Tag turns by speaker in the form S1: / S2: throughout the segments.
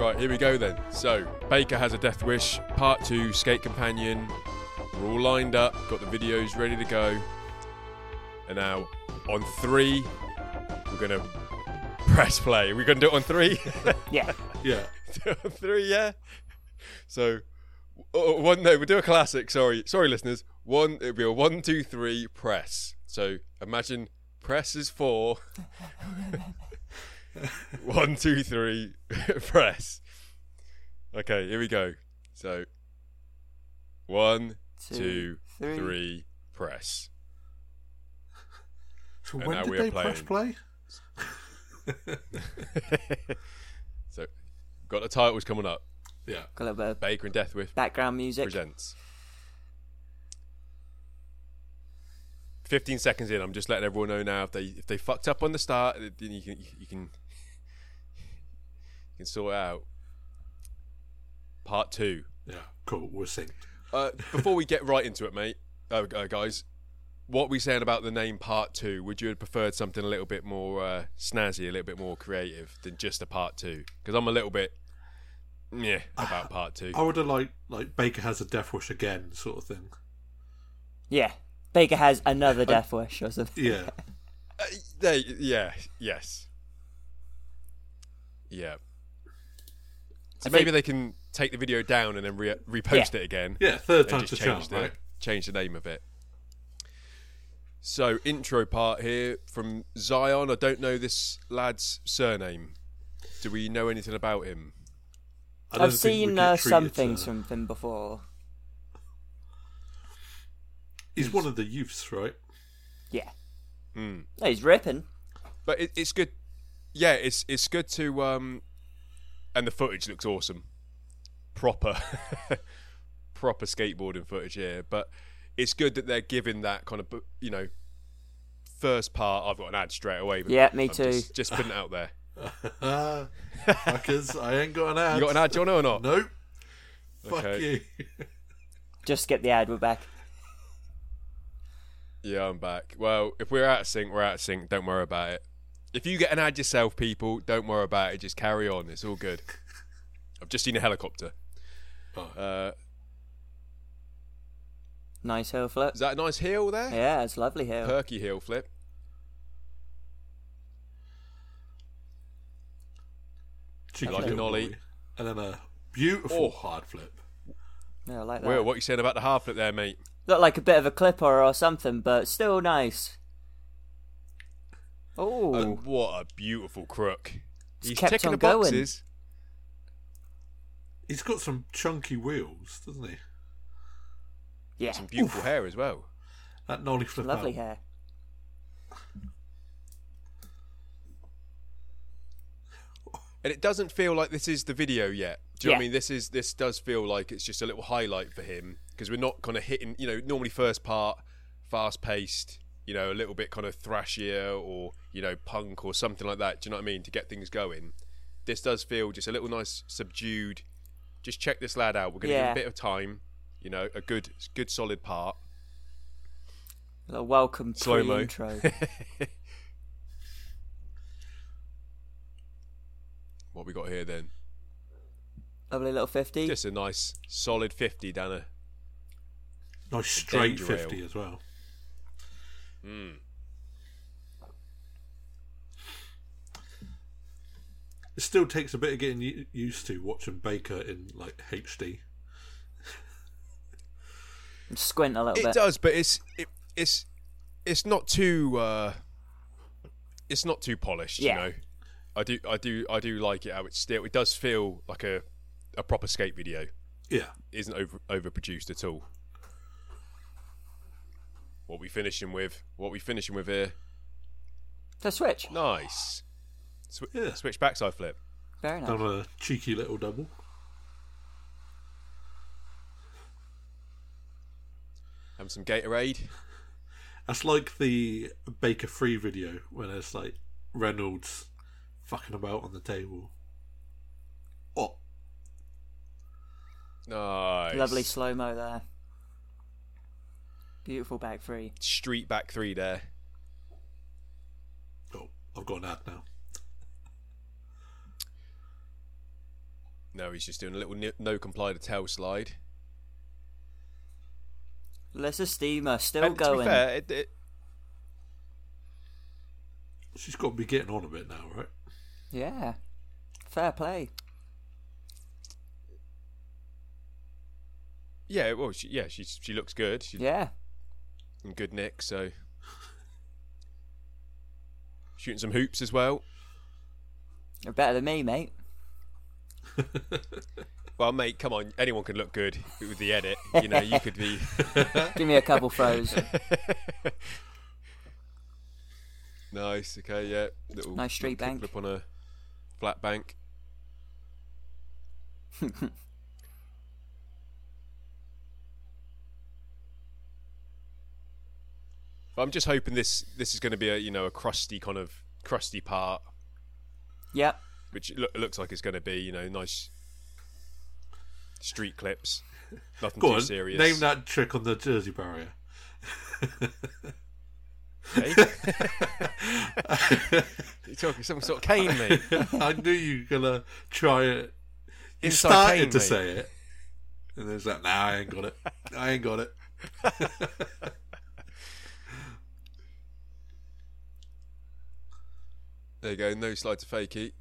S1: right, here we go then. So, Baker has a death wish, part two, Skate Companion. We're all lined up, got the videos ready to go. And now, on three, we're going to press play. We're going to do it on three?
S2: Yeah.
S3: Yeah.
S1: do it on three, yeah? So, oh, oh, one, no, we'll do a classic. Sorry, sorry, listeners. One, it'll be a one, two, three press. So, imagine press is four. One, two, three, press. Okay, here we go. So, one, two, three, press.
S3: So
S1: And now
S3: when did
S1: we are
S3: they press play?
S1: so, got the titles coming up.
S3: Yeah.
S2: Got a little bit of
S1: Baker and Deathwish
S2: background music.
S1: presents. Fifteen seconds in, I'm just letting everyone know now. If they if they fucked up on the start, then you can you can you can sort it out. Part two.
S3: Yeah. Cool. We're synced.
S1: Uh, before we get right into it, mate, uh, uh, guys, what we saying about the name Part Two? Would you have preferred something a little bit more uh, snazzy, a little bit more creative than just a Part Two? Because I'm a little bit yeah about Part Two.
S3: I would have liked like Baker has a death wish again sort of thing.
S2: Yeah. Baker has another death wish or something.
S3: Yeah.
S1: Uh, they, yeah, yes, yeah. So
S2: I
S1: maybe
S2: think-
S1: they can take the video down and then re- repost
S2: Yeah.
S1: it again.
S3: Yeah. Third
S1: and
S3: time's
S1: just
S3: the
S1: change
S3: charm,
S1: the
S3: right?
S1: change the name of it. So intro part here from Zion. I don't know this lad's surname. Do we know anything about him?
S3: I don't
S2: I've
S3: think we
S2: seen
S3: get
S2: uh, some
S3: treated
S2: things
S3: to-
S2: from him before.
S3: He's one of the youths, right?
S2: Yeah.
S1: Hmm.
S2: No, he's ripping.
S1: But it, it's good. Yeah, it's it's good to. Um, and the footage looks awesome. Proper, proper skateboarding footage here. But it's good that they're giving that kind of you know first part. I've got an ad straight away. But
S2: Yeah, me
S1: I'm
S2: too.
S1: Just, just putting it out there.
S3: Fuckers, I ain't got an ad.
S1: You got an ad, John, or not?
S3: Nope. Fuck
S1: Okay.
S3: you.
S2: Just skip the ad. We're back.
S1: Yeah, I'm back. Well, if we're out of sync, we're out of sync. Don't worry about it. If you get an ad yourself, people, don't worry about it. Just carry on. It's all good. I've just seen a helicopter.
S3: Oh.
S1: Uh,
S2: Nice hill flip.
S1: is that a nice heel there?
S2: Yeah, it's lovely hill.
S1: Perky heel flip.
S3: Cheeky
S1: Like an
S3: little
S1: ollie.
S3: boy. And then a beautiful
S1: Oh.
S3: hard flip.
S2: Yeah, I like that.
S1: Will, what you saying about the half flip there, mate?
S2: Looked like a bit of a clipper or something, but still nice. Oh,
S1: And Uh, what a beautiful crook.
S2: Just
S1: He's
S2: kept
S1: ticking
S2: on
S1: the
S2: going.
S1: boxes.
S3: He's got some chunky wheels, doesn't he?
S2: yeah,
S1: Some beautiful hair as well.
S3: That nollie flip
S2: lovely
S3: out.
S2: hair.
S1: And it doesn't feel like this is the video yet. Do you know what I
S2: Yeah.
S1: mean? This is this does feel like it's just a little highlight for him because we're not kind of hitting. You know, normally first part, fast paced. You know, a little bit kind of thrashier or you know punk or something like that. Do you know what I mean? To get things going. This does feel just a little nice, subdued. Just check this lad out. We're going to
S2: Yeah.
S1: give him a bit of time. You know, a good, good solid part.
S2: A little welcome
S1: Slow-mo.
S2: pre-intro.
S1: What we got here then?
S2: lovely little fifty.
S1: Just a nice solid fifty, Dana.
S3: Nice straight
S1: danger
S3: 50
S1: ale.
S3: as well.
S1: Hmm.
S3: It still takes a bit of getting u- used to watching Baker in like HD.
S2: Squint a little
S1: It
S2: bit.
S1: does, but it's it, it's it's not too uh, it's not too polished,
S2: Yeah.
S1: you know. I do I do I do like it how it's still it does feel like a, a proper skate video.
S3: Yeah.
S1: It isn't over overproduced at all. What we finishing with? What we finishing with here?
S2: The switch.
S1: Nice. Sw-
S3: Yeah.
S1: Switch backside flip.
S2: Very nice.
S3: Done a cheeky little double.
S1: Have some Gatorade.
S3: That's like the Baker Free video when it's like Reynolds fucking about on the table. Oh,
S1: Nice.
S2: Lovely slow mo there. Beautiful back three.
S1: street back three there.
S3: oh I've got an ad now.
S1: No, he's just doing a little no, no comply to tell slide.
S2: Lesser Steamer still
S1: And to
S2: going.
S1: be fair, it, it,
S3: She's got to be getting on a bit now, right?
S2: Yeah. Fair play.
S1: yeah, well, she, yeah, she she looks good. She's
S2: Yeah.
S1: in good nick, so shooting some hoops as well.
S2: You're better than me, mate.
S1: Well, mate, come on, anyone can look good with the edit. You know, you could be.
S2: Give me a couple throws.
S1: Nice. Okay. Yeah. Little,
S2: Nice straight
S1: little
S2: bank.
S1: Clip on a flat bank. I'm just hoping this this is going to be a you know a crusty kind of crusty part,
S2: Yep.
S1: which it loo- looks like it's going to be you know nice street clips, nothing
S3: Go
S1: too
S3: on,
S1: serious.
S3: name that trick on the Jersey barrier.
S1: Okay? You're talking some sort of cane, mate.
S3: I knew you were gonna try it. You
S1: Inside
S3: started
S1: cane,
S3: to
S1: mate.
S3: say it, and then it's like, "Nah, I ain't got it. I ain't got it."
S1: There you go. No slide to fakey.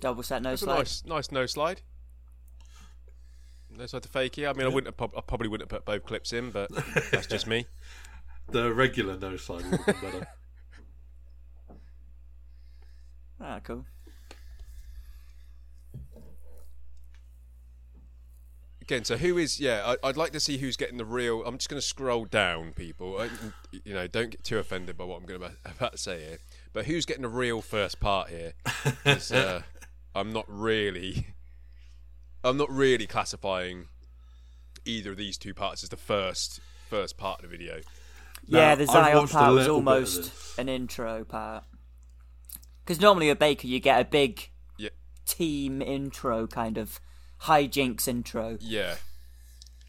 S2: Double set, no
S1: That's a
S2: slide.
S1: nice, nice no slide. No slide to fakey. I mean, I wouldn't. Have, prob- I probably wouldn't have put both clips in, but that's just me.
S3: The regular no slide would have been better.
S2: Ah, cool.
S1: Again, so who is? Yeah, I, I'd like to see who's getting the real. I'm just going to scroll down, people. I, you know, don't get too offended by what I'm going to about to say here. But who's getting the real first part here? 'Cause, uh, I'm not really. I'm not really classifying either of these two parts as the first first part of the video.
S2: yeah, the
S3: I've
S2: Zion
S3: watched a
S2: part was
S3: little bit of
S2: almost
S3: this.
S2: an intro part. Because normally with Baker, you get a big
S1: Yeah,
S2: team intro, kind of hijinks intro.
S1: yeah.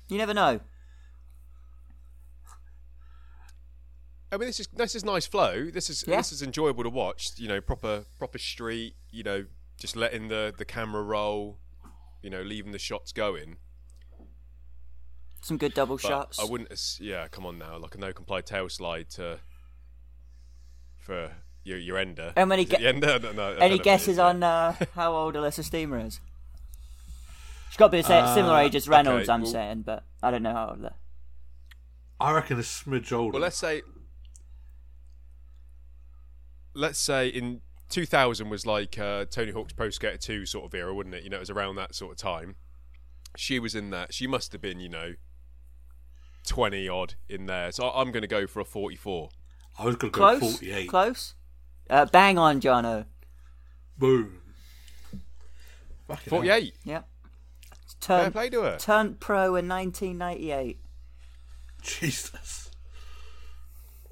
S2: You never know.
S1: I mean, this is this is nice flow. This is
S2: Yeah.
S1: this is enjoyable to watch. You know, proper proper street. You know, just letting the the camera roll. You know, leaving the shots going.
S2: Some good double
S1: But
S2: shots.
S1: I wouldn't. as- Yeah, come on now, like a no comply tail slide to for your your ender.
S2: How many
S1: Is it
S2: gue-
S1: the ender? No, no, I don't know
S2: Any
S1: if it
S2: guesses
S1: is, yeah.
S2: on uh, how old Alyssa Steamer is? She's got to be the sa- similar age as Reynolds, I'm
S1: Uh, well-
S2: saying, but I don't know how old. they're-
S3: I reckon a smidge older.
S1: Well, let's say let's say in 2000 was like uh, Tony Hawk's Pro Skater 2 sort of era, wouldn't it? You know, it was around that sort of time. She was in that. She must have been, you know, 20 odd in there. So I- I'm going to go for a 44.
S3: I was gonna go
S2: Close.
S3: forty-eight.
S2: Close. Uh, bang on, Jono.
S3: Boom. Fucking hell.
S1: 48.
S2: Yep.
S1: Fair
S2: Turned,
S1: play to her.
S2: turned pro in 1998.
S3: Jesus.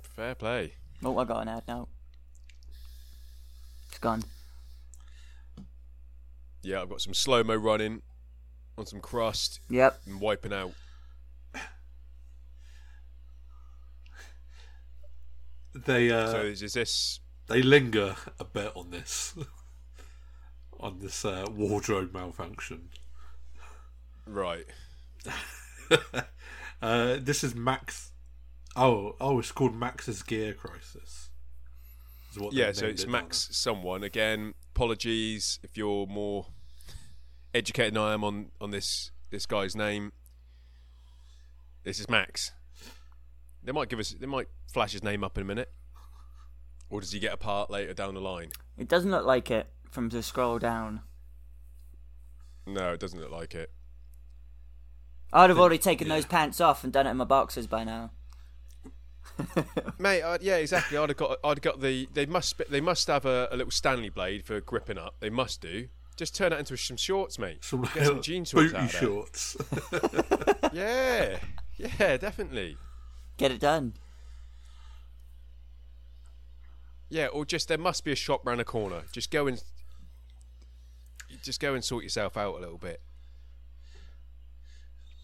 S1: Fair play.
S2: Oh, I got an ad now. It's gone.
S1: Yeah, I've got some slow mo running on some crust
S2: Yep.
S1: and wiping out.
S3: They uh,
S1: So is, is this?
S3: they linger a bit on this, on this uh, wardrobe malfunction.
S1: Right.
S3: Uh, this is Max. Oh, oh, it's called Max's Gear Crisis. Is what
S1: Yeah,
S3: they've
S1: so
S3: named
S1: it's
S3: it now.
S1: Max someone again. Apologies if you're more educated than I am on on this this guy's name. This is Max. They might give us. They might flash his name up in a minute, or does he get a part later down the line?
S2: It doesn't look like it from the scroll down.
S1: No, it doesn't look like it.
S2: I'd have already taken those pants off and done it in my boxers by now.
S1: Mate, i yeah, exactly. I'd have got. I'd have got the. They must. They must have a, a little Stanley blade for gripping up. They must do. Just turn that into some shorts, mate.
S3: Some,
S1: Get some
S3: little
S1: jean shorts
S3: booty
S1: out of there.
S3: shorts.
S1: Yeah, yeah, definitely.
S2: Get it done.
S1: Yeah, or just there must be a shop round the corner. Just go and just go and sort yourself out a little bit.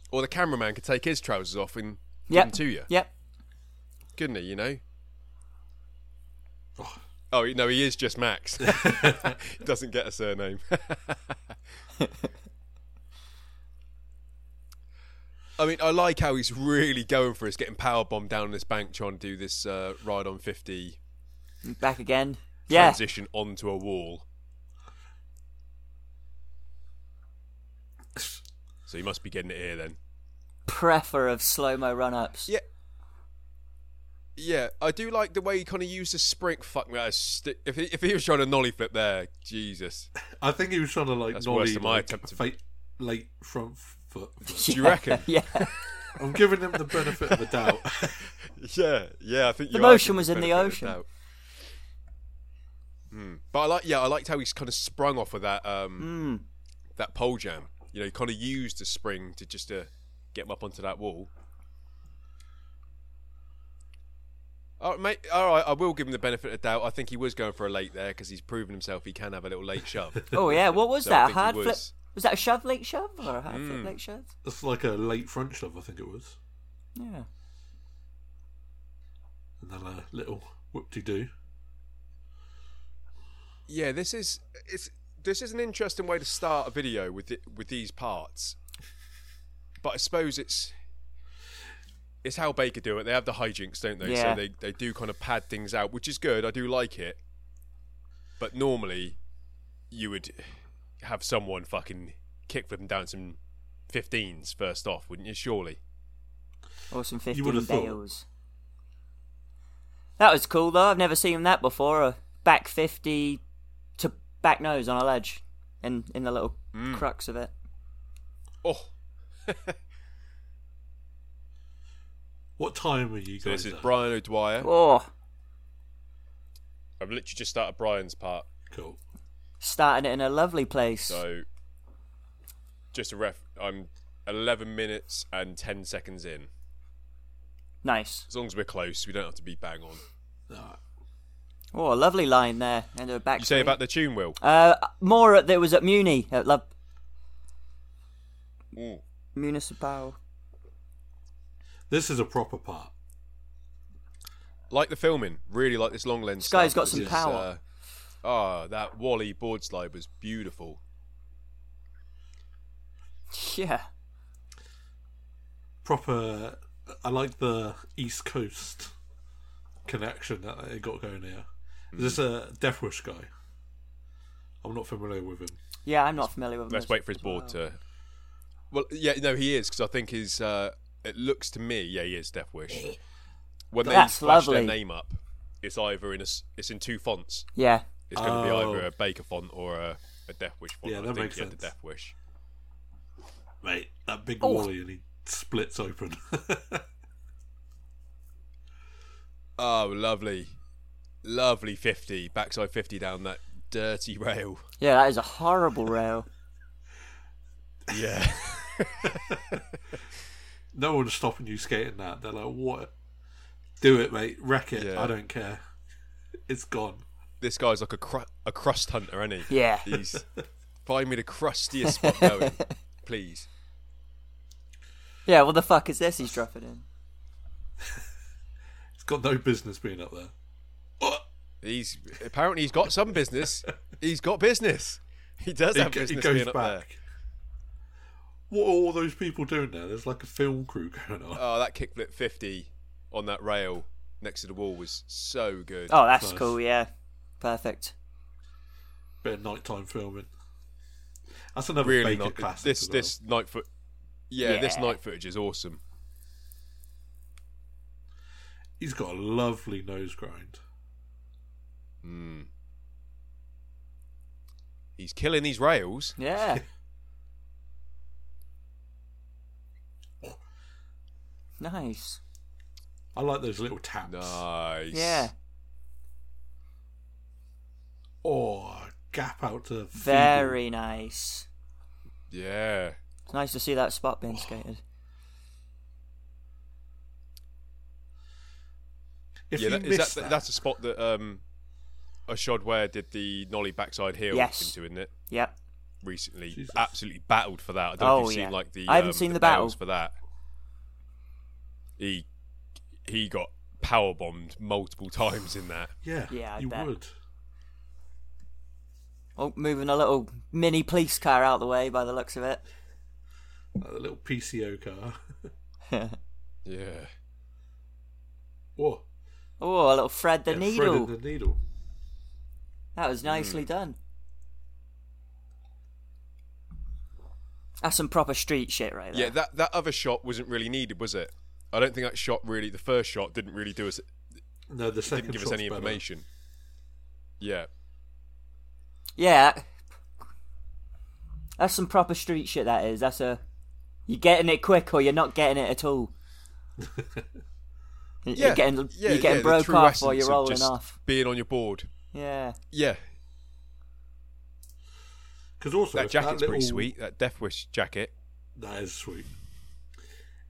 S1: Or the cameraman could take his trousers off and give
S2: Yep.
S1: them to you,
S2: Yep.
S1: couldn't he? You know,
S3: Oh,
S1: Oh no, he is just Max. Doesn't get a surname. I mean, I like how he's really going for us, getting power bombed down this bank, trying to do this uh, ride on fifty
S2: Back again. Yeah.
S1: transition onto a wall. So he must be getting it here then.
S2: Prefer of slow mo run ups.
S1: Yeah. Yeah, I do like the way he kind of used the spring. Fuck me, that is sti- if he, if he was trying to nollie flip there, Jesus.
S3: I think he was trying to like
S1: That's worse
S3: nollie
S1: than my
S3: like,
S1: attempt to-
S3: fake late front f- foot.
S1: Do you reckon?
S2: Yeah.
S3: I'm giving him the benefit of the doubt.
S1: Yeah, yeah, I think
S2: The
S1: you are
S2: motion
S1: giving
S2: was in the
S1: benefit of
S2: ocean.
S1: doubt. Hmm. But I like, yeah, I liked how he's kind of sprung off of that um,
S2: Hmm.
S1: that pole jam. You know, he kind of used the spring to just to get him up onto that wall. All right, mate, all right, I will give him the benefit of doubt. I think he was going for a late there because he's proven himself he can have a little late shove.
S2: Oh yeah. What was
S1: So I
S2: that? A
S1: think he
S2: hard flip?
S1: was-
S2: Was that a shove late shove or a hard flip late shove?
S3: it's like a late front shove, I think it was,
S2: Yeah.
S3: and then a little whoop de doo.
S1: yeah, this is it's this is an interesting way to start a video with it, with these parts. But I suppose it's it's how Baker do it. They have the hijinks, don't they?
S2: Yeah.
S1: So they, they do kind of pad things out, which is good. I do like it. But normally, you would have someone fucking kick them down some 15s first off, wouldn't you? Surely.
S2: Or some
S3: You
S2: 15
S3: would've thought.
S2: bales. That was cool though. I've never seen that before. A back 50 to back nose on a ledge in, in the little crux of it.
S1: Oh,
S3: What time are you
S1: so
S3: guys?
S1: this is
S3: at?
S1: Brian O'Dwyer.
S2: Oh,
S1: I've literally just started Brian's part.
S3: Cool.
S2: starting it in a lovely place.
S1: So, just a ref. I'm 11 minutes and 10 seconds in.
S2: Nice.
S1: As long as we're close, we don't have to be bang on.
S3: Alright.
S2: Oh, a lovely line there. And a back.
S1: You say
S2: three.
S1: about the tune, Will?
S2: Uh, more at, that was at Muni at Love
S1: Mm.
S2: Municipal.
S3: This is a proper part.
S1: Like the filming. Really like this long lens.
S2: This guy's
S1: stuff.
S2: got some
S1: This is,
S2: power.
S1: Uh, oh, that Wally board slide was beautiful.
S2: Yeah.
S3: Proper. I like the East Coast connection that they got going here. Is this a Death Wish guy? I'm not familiar with him.
S2: Yeah, I'm not familiar with.
S1: Let's
S2: this
S1: wait for his
S2: as
S1: board
S2: well.
S1: to. Well, yeah, no, he is because I think his. Uh, it looks to me, yeah, he is Death Wish. When they
S2: That's
S1: flash
S2: lovely.
S1: their name up, it's either in a, s- it's in two fonts.
S2: Yeah.
S1: It's going to
S3: Oh.
S1: be either a Baker font or a, a Death Wish font.
S3: Yeah,
S1: I
S3: that
S1: think
S3: makes
S1: he had
S3: sense.
S1: the Death Wish.
S3: Mate, that big
S2: Oh.
S3: Wally and he splits open.
S1: Oh, lovely, lovely fifty backside fifty down that dirty rail.
S2: Yeah, that is a horrible rail.
S1: Yeah,
S3: no one's stopping you skating that. They're like, what? Do it, mate. Wreck it.
S1: Yeah.
S3: I don't care. It's gone.
S1: this guy's like a cru- a crust hunter, isn't he?
S2: Yeah.
S1: He's find me the crustiest spot going, please.
S2: Yeah. What the fuck is this? He's dropping in.
S3: It's got no business being up there. Oh,
S1: He's apparently he's got some business. He's got business. He does
S3: he,
S1: have
S3: go- he
S1: business
S3: goes
S1: being up there.
S3: back. What are all those people doing there? There's like a film crew going on.
S1: Oh, that kickflip fifty on that rail next to the wall was so good.
S2: Oh, that's
S3: Nice.
S2: cool. Yeah. Perfect.
S3: Bit of nighttime filming. That's another
S1: really
S3: Baker
S1: not
S3: classic.
S1: This
S3: as well.
S1: this night foot. Yeah, this
S2: Yeah.
S1: night footage is awesome.
S3: He's got a lovely nose grind.
S1: He's killing these rails.
S2: Yeah. nice.
S3: I like those little taps.
S1: Nice.
S2: Yeah.
S3: Oh, gap out to Phoebe.
S2: Very nice.
S1: Yeah.
S2: It's nice to see that spot being skated.
S3: If
S1: yeah.
S3: you
S1: that- is
S3: miss
S1: that-
S3: that,
S1: that's a spot that um, Ashod Ware did the nollie backside heel
S2: Yes.
S1: into, isn't it?
S2: Yep.
S1: Recently,
S3: Jesus.
S1: absolutely battled for that. I don't know
S2: Oh,
S1: if you've
S2: yeah.
S1: seen like the.
S2: I haven't
S1: um,
S2: seen
S1: the,
S2: the battle.
S1: battles for that. He he got power bombed multiple times in that.
S3: yeah,
S2: Yeah, I
S3: you
S2: bet.
S3: would.
S2: Oh, moving a little mini police car out the way by the looks of it.
S3: Like the little PCO car.
S1: Yeah.
S3: Whoa.
S2: Oh, a little thread the
S3: yeah,
S2: needle.
S3: threaded the needle.
S2: That was nicely
S1: Hmm.
S2: done. That's some proper street shit right there.
S1: Yeah, that, that other shot wasn't really needed, was it? I don't think that shot really, the first shot didn't really do us,
S3: No, the second
S1: didn't give us
S3: shot's
S1: any
S3: better.
S1: information. Yeah.
S2: Yeah. that- That's some proper street shit that is. That's a you're getting it quick or you're not getting it at all. You're
S1: Yeah,
S2: getting
S1: yeah,
S2: you're getting
S1: yeah, the
S2: broke
S1: true
S2: off or
S1: essence
S2: you're
S1: of
S2: rolling
S1: just
S2: off.
S1: Being on your board.
S2: Yeah.
S1: Yeah.
S3: Because also
S1: That
S3: if that
S1: jacket's pretty
S3: little-
S1: sweet. That Death Wish jacket.
S3: That is sweet.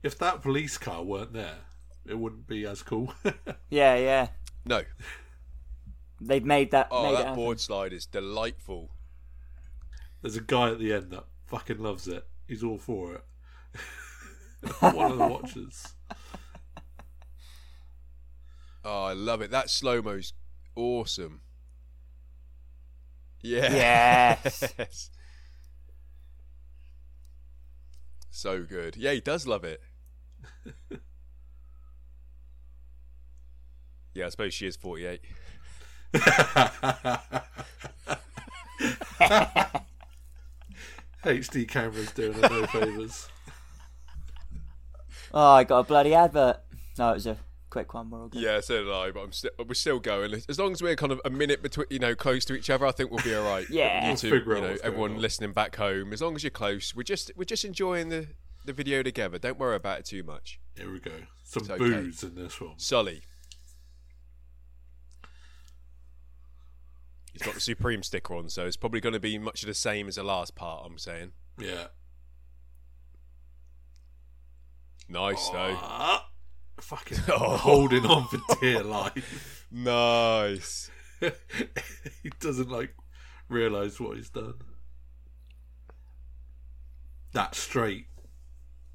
S3: If that police car weren't there, it wouldn't be as cool.
S2: Yeah, yeah.
S1: No.
S2: They've made that
S1: Oh,
S2: made it
S1: that
S2: happen.
S1: board slide is delightful.
S3: There's a guy at the end that fucking loves it. He's all for it. One of the watchers.
S1: Oh, I love it. That slow mo's awesome. Yeah.
S2: Yes.
S1: Yes. So good. Yeah, he does love it. yeah, I suppose she is 48.
S3: HD cameras doing her no favours.
S2: Oh, I got a bloody advert. No, it was a quick one. We're all good.
S1: Yeah, so did I, but I'm still we're still going. As long as we're kind of a minute between, you know, close to each other, I think we'll be all right.
S2: Yeah.
S1: you two,
S3: Figure out
S1: you know,
S3: what's going
S1: everyone
S3: on.
S1: listening back home. As long as you're close, we're just we're just enjoying the the video together. Don't worry about it too much.
S3: Here we go. Some
S1: It's okay.
S3: booze in this one.
S1: Sully, he's got the Supreme sticker on, so it's probably going to be much of the same as the last part. I'm saying,
S3: Yeah.
S1: nice though,
S3: Ah, fucking
S1: Oh.
S3: holding on for dear life.
S1: nice.
S3: he doesn't like realise what he's done. That straight,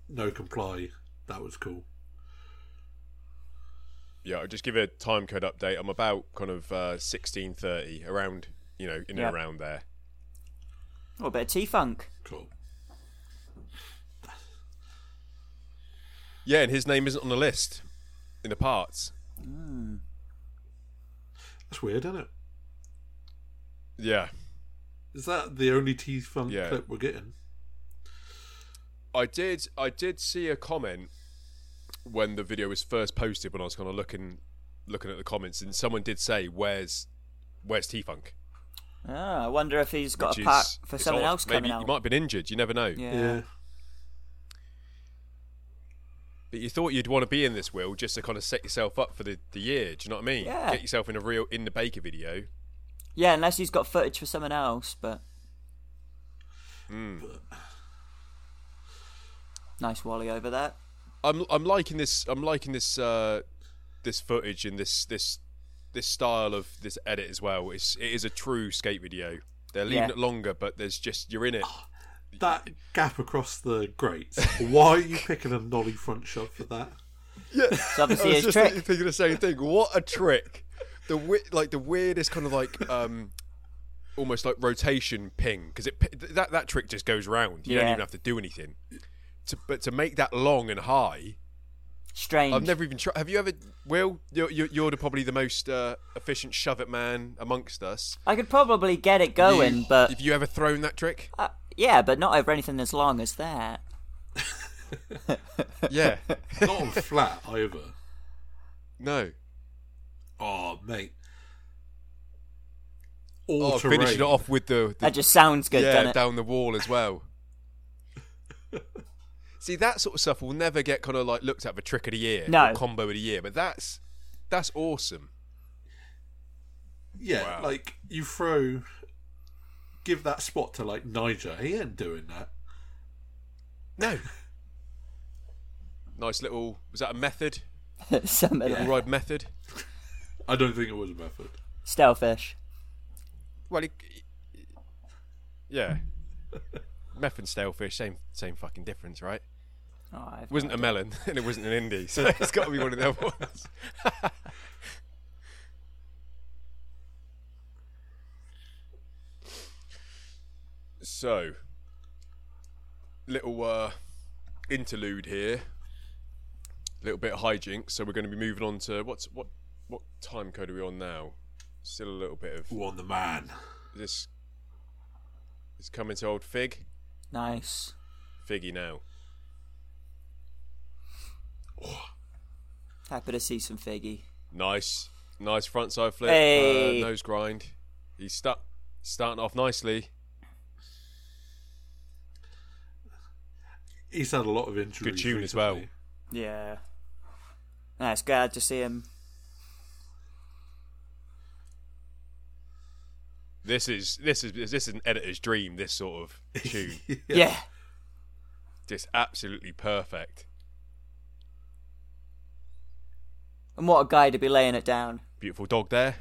S3: no comply. That was cool.
S1: Yeah, I'll just give a time code update. I'm about kind of uh, 16:30, around you know, in
S2: Yeah.
S1: and around there.
S2: Oh, a bit of T funk.
S3: Cool.
S1: Yeah, and his name isn't on the list in the parts.
S3: That's weird, isn't it?
S1: Yeah,
S3: Is that the only T Funk
S1: Yeah.
S3: clip we're getting?
S1: I did. I did see a comment when the video was first posted. When I was kind of looking, looking at the comments, and someone did say, "Where's, where's T Funk?"
S2: Oh, I wonder if he's got a
S1: Which
S2: part
S1: is-
S2: for
S1: it's
S2: someone
S1: odd.
S2: else
S1: Maybe
S2: coming out.
S1: you might have been injured. You never know.
S2: Yeah.
S1: But you thought you'd want to be in this, Will, just to kind of set yourself up for the, the year. Do you know what I mean?
S2: Yeah.
S1: Get yourself in a real in the Baker video.
S2: Yeah, unless he's got footage for someone else, but.
S1: Hmm.
S2: Nice Wally over there.
S1: I'm I'm liking this. I'm liking this uh, this footage and this this this style of this edit as well. It's it is a true skate video. They're leaving
S2: Yeah. Oh,
S1: it longer, but there's just you're in it.
S3: That gap across the grates. Why are you picking a nollie front shove for that?
S1: Yeah,
S2: It's obviously his
S1: think-
S2: trick.
S1: thinking the same thing. What a trick! The wi- like the weirdest kind of like um, almost like rotation ping because it pi- that that trick just goes round. You don't
S2: Yeah.
S1: even have to do anything. To, but to make that long and high,
S2: Strange.
S1: I've never even tried. Have you ever, Will? You're you're, you're the, probably the most uh, efficient shove it man amongst us.
S2: I could probably get it going,
S1: You-
S2: but.
S1: have you ever thrown that trick?
S2: Uh, yeah, but not over anything as long as that.
S1: Yeah,
S3: Not on flat either.
S1: no.
S3: Oh, mate. All
S1: Oh,
S3: terrain.
S1: finishing it off with the, the
S2: That just sounds good,
S1: yeah,
S2: doesn't it?
S1: down the wall as well. See, that sort of stuff will never get kind of like looked at for trick of the year,
S2: No.
S1: or combo of the year, but that's that's awesome.
S3: Yeah,
S1: Wow.
S3: like you throw, give that spot to like Niger. He ain't doing that.
S1: No, nice little was that a method?
S2: Some of
S1: Little
S2: them.
S1: ride method.
S3: I don't think it was a method.
S2: Stalefish.
S1: Well, it, yeah, meth and stalefish, same same fucking difference, right?
S2: Oh, I've-
S1: It wasn't a melon and it wasn't an indie, so it's got to be one of the other ones. So, little uh, interlude here. A little bit of hijinks. So we're going to be moving on to what's what what time code are we on now? Still a little bit of
S3: Ooh, on the man.
S1: this. It's coming to old Fig,
S2: Nice.
S1: Figgy now.
S2: Happy to see some figgy.
S1: Nice, nice front side flip,
S2: Hey.
S1: uh, nose grind. He's start starting off nicely.
S3: He's had a lot of injuries.
S1: Good tune as well.
S3: recently.
S2: Yeah. Nice. Glad to see him.
S1: This is this is this is an editor's dream. This sort of tune,
S2: Yeah.
S1: just absolutely perfect,
S2: And what a guy to be laying it down.
S1: beautiful dog there.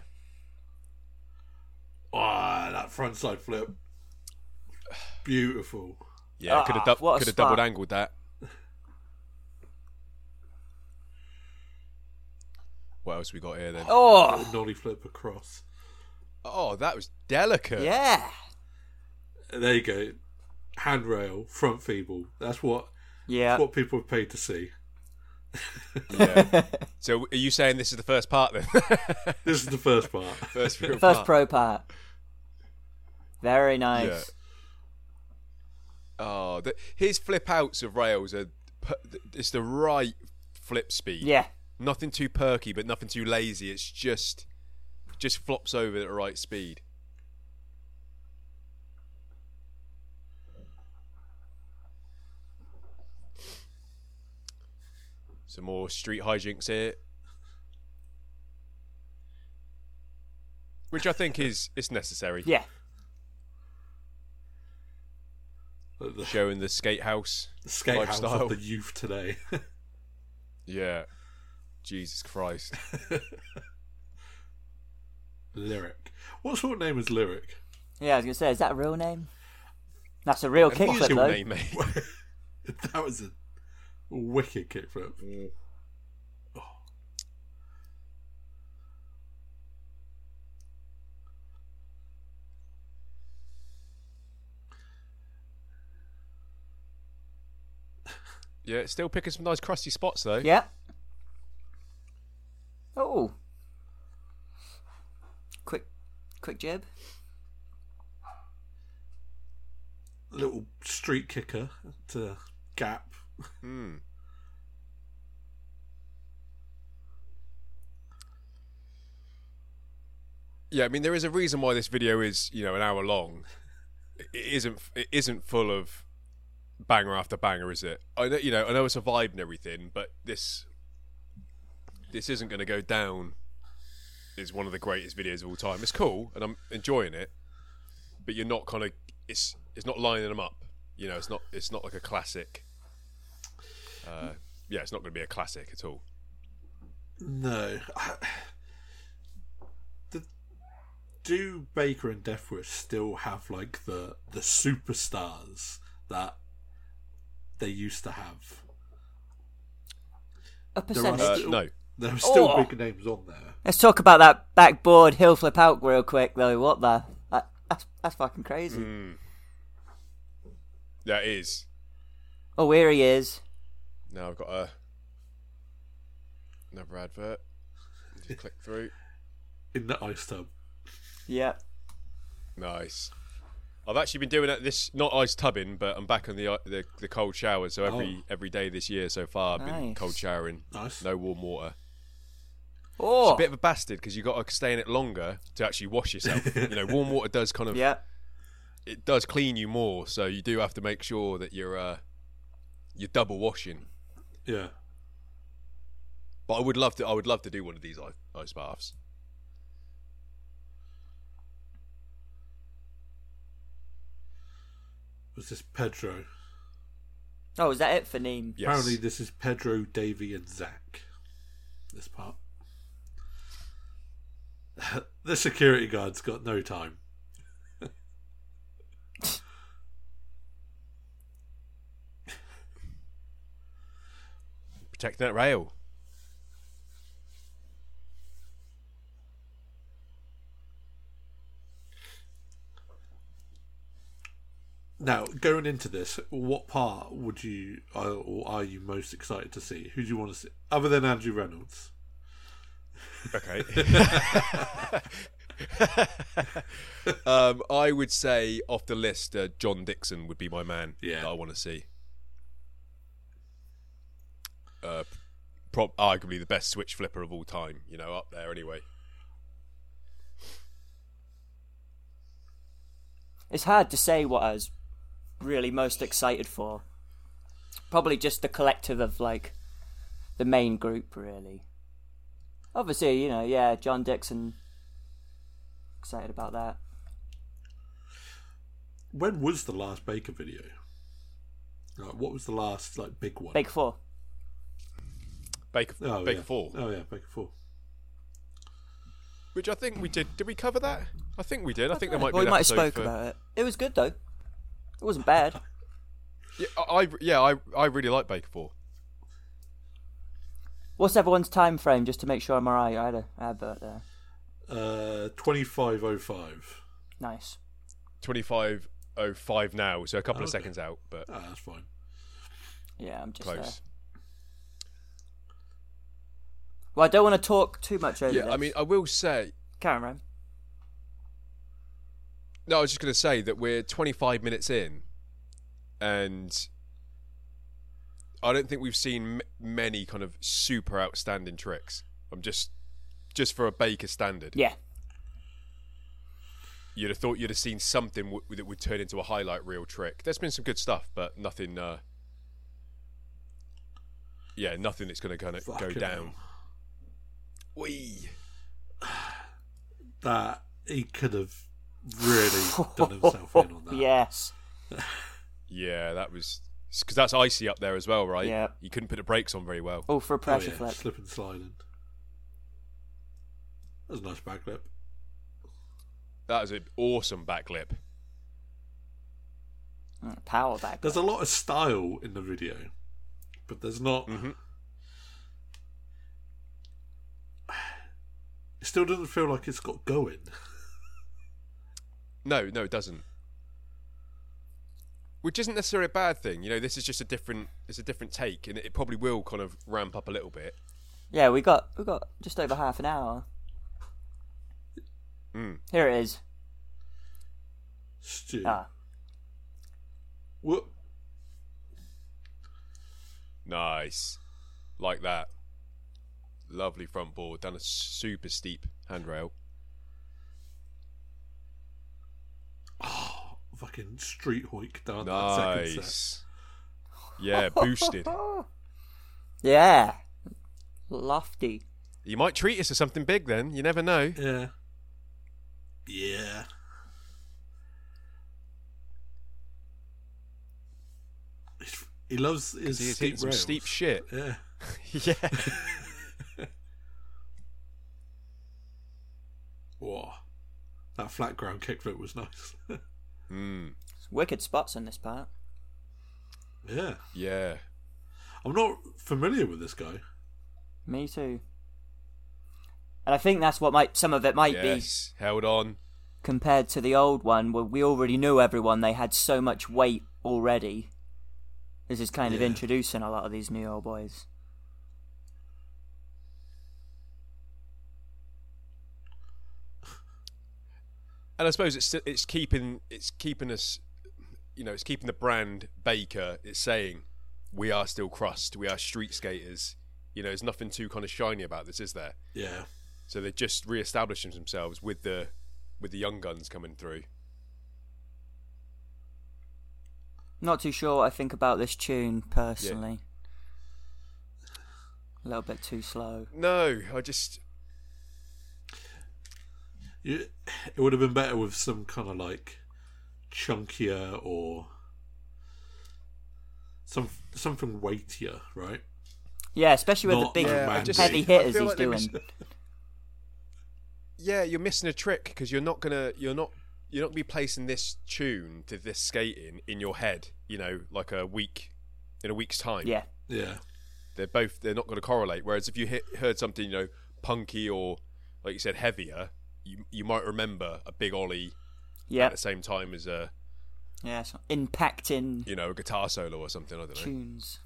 S3: Ah, that front side flip. Beautiful.
S1: Yeah,
S2: Ah,
S1: could have
S2: what a
S1: could have doubled
S2: spot.
S1: angled that. What else we got here then? Oh,
S2: Oh.
S3: Nolly flip across.
S1: that was delicate.
S2: Yeah.
S3: There you go. Handrail, front feeble. That's what
S2: Yeah.
S3: what people have paid to see.
S1: Yeah. so are you saying this is the first part then?
S3: This is the first part.
S1: first real
S2: First
S1: part.
S2: pro part. Very nice.
S1: Yeah. Oh, the, his flip outs of rails are per- it's the right flip speed.
S2: Yeah.
S1: nothing too perky, but nothing too lazy. It's just just flops over at the right speed. Some more street hijinks here, which I think is is necessary.
S2: Yeah.
S3: the
S1: Showing the skate house.
S3: skate house
S1: Lifestyle.
S3: of the youth today.
S1: Yeah. Jesus Christ.
S3: Lyric. What sort of name is Lyric?
S2: Yeah, I was gonna say, is that a real name? That's a real
S1: What's
S2: kickflip
S1: your
S2: though.
S1: name, mate?
S3: That was a wicked kickflip.
S1: Yeah, still picking some nice crusty spots though.
S2: Yeah. Oh. Quick, quick jib.
S3: Little street kicker to gap.
S1: Hmm. Yeah, I mean there is a reason why this video is you know an hour long. It isn't. It isn't full of banger after banger, is it? I know you know. I know it's a vibe and everything, but this this isn't going to go down as one of the greatest videos of all time. It's cool, and I'm enjoying it, but you're not kind of it's it's not lining them up. You know, it's not it's not like a classic uh, yeah, it's not going to be a classic at all.
S3: No. The- do Baker and Deathwish still have like the the superstars that they used to have?
S2: A
S1: Uh,
S2: percentage.
S3: still-
S1: no,
S3: There are still
S2: Oh.
S3: big names on there.
S2: Let's talk about that backboard heel flip out real quick though. What the? That, that's, that's fucking crazy.
S1: that is.
S2: Oh, here he is.
S1: Now I've got a another advert. Just click through.
S3: In the ice tub.
S2: Yeah.
S1: Nice. I've actually been doing that this not ice tubbing, but I'm back on the the, the cold showers. So every every day this year so far, I've been
S2: Nice.
S1: cold showering.
S3: Oh. Nice.
S1: No warm water.
S2: Oh.
S1: A bit of a bastard because you got to stay in it longer to actually wash yourself. you know, warm water does kind of
S2: Yeah.
S1: it does clean you more, so you do have to make sure that you're uh, you're double washing.
S3: Yeah.
S1: But I would love to. I would love to do one of these ice, ice baths.
S3: Was this Pedro?
S2: Oh, is that it for name?
S1: Yes.
S3: Apparently, this is Pedro, Davy, and Zach. This part. the security guard's got no time.
S1: protecting that rail.
S3: Now, going into this, what part would you are- or are you most excited to see? Who do you want to see other than Andrew Reynolds?
S1: Okay. um, I would say off the list, uh, John Dixon would be my man
S3: Yeah.
S1: that I want to see. Uh, prob- arguably the best switch flipper of all time, you know, up there anyway.
S2: It's hard to say what I was really most excited for. Probably just the collective of like the main group, really. Obviously, you know, yeah, John Dixon. Excited about that.
S3: When was the last Baker video? Like, what was the last like big one?
S2: Big Four.
S1: Baker,
S3: oh,
S1: Baker
S3: yeah.
S1: Fall,
S3: Oh yeah, Baker Four.
S1: which I think we did. Did we cover that? I think we did. I, think there might
S2: well,
S1: be.
S2: we
S1: an
S2: might have
S1: episode
S2: spoke
S1: for-
S2: about it. It was good though. It wasn't bad.
S1: Yeah, I, I yeah, I, I really like Baker Fall.
S2: What's everyone's time frame? Just to make sure I'm alright. I had an advert there.
S3: Uh, twenty five oh five.
S2: Nice.
S1: Twenty five oh five now, so a couple of
S3: Okay.
S1: seconds out, but
S3: Ah, that's fine.
S2: Yeah, I'm just there.
S1: close.
S2: Well, I don't want to talk too much over
S1: Yeah,
S2: this.
S1: I mean, I will say,
S2: Cameron.
S1: No, I was just going to say that we're 25 minutes in, and I don't think we've seen m- many kind of super outstanding tricks. I'm just, just for a baker standard,
S2: Yeah.
S1: you'd have thought you'd have seen something w- that would turn into a highlight reel trick. There's been some good stuff, but nothing. Uh, yeah, nothing that's going to kind of go
S3: Fucking
S1: down.
S3: hell.
S1: Wee.
S3: That he could have really done himself in on that.
S2: Yes.
S1: Yeah, that was because that's icy up there as well, right?
S2: Yeah.
S1: You couldn't put the brakes on very well.
S2: All for a
S3: Oh,
S2: pressure
S3: yeah,
S2: flip.
S3: slip and sliding. That was a nice backflip.
S1: That was an awesome backlip.
S2: Mm, Power back.
S3: There's a lot of style in the video, but there's not.
S1: Mhm.
S3: It still doesn't feel like it's got going.
S1: No, no, it doesn't. Which isn't necessarily a bad thing, you know. This is just a different, it's a different take, and it probably will kind of ramp up a little bit.
S2: Yeah, we got we got just over half an hour.
S1: Mm.
S2: Here it is.
S3: Stu,
S2: Ah,
S3: whoop.
S1: Nice, like that. Lovely front board down a super steep handrail.
S3: fucking street hoik down that second set.
S1: Nice. Yeah, boosted.
S2: yeah, lofty.
S1: You might treat us to something big then. You never know.
S3: Yeah. Yeah. He's- He loves his
S1: He's
S3: steep
S1: hitting some
S3: rails.
S1: steep shit.
S3: Yeah.
S1: yeah.
S3: Whoa. That flat ground kickflip was nice.
S1: Mm,
S2: Wicked spots in this part.
S3: yeah.
S1: yeah.
S3: I'm not familiar with this guy.
S2: Me too. And I think that's what might some of it might be
S1: Yes. Held on.
S2: compared to the old one, where we already knew everyone. They had so much weight already. This is kind of
S3: Yeah.
S2: introducing a lot of these new old boys.
S1: and I suppose it's still, it's keeping it's keeping us, you know, it's keeping the brand Baker. It's saying we are still crust, we are street skaters. You know, there's nothing too kind of shiny about this, is there?
S3: Yeah.
S1: So they're just re-establishing themselves with the with the young guns coming through.
S2: Not too sure what I think about this tune personally. A little bit too slow.
S1: No, I just
S3: You, it would have been better with some kind of like chunkier or some something weightier, right?
S2: Yeah, especially with
S3: Not
S2: the big
S3: Yeah,
S1: I just-
S2: heavy
S1: I
S2: hitters
S1: feel
S2: he's
S1: like they
S2: doing.
S1: mis- yeah, you're missing a trick because you're not gonna you're not you're not gonna be placing this tune to this skating in your head. You know, like a week in a week's time.
S2: Yeah,
S3: Yeah.
S1: they're both they're not going to correlate. Whereas if you hit, heard something you know punky or like you said heavier, you you might remember a big ollie
S2: yeah.
S1: at the same time as a
S2: Yeah, so impacting
S1: You know, a guitar solo or something. I don't know.
S2: tunes.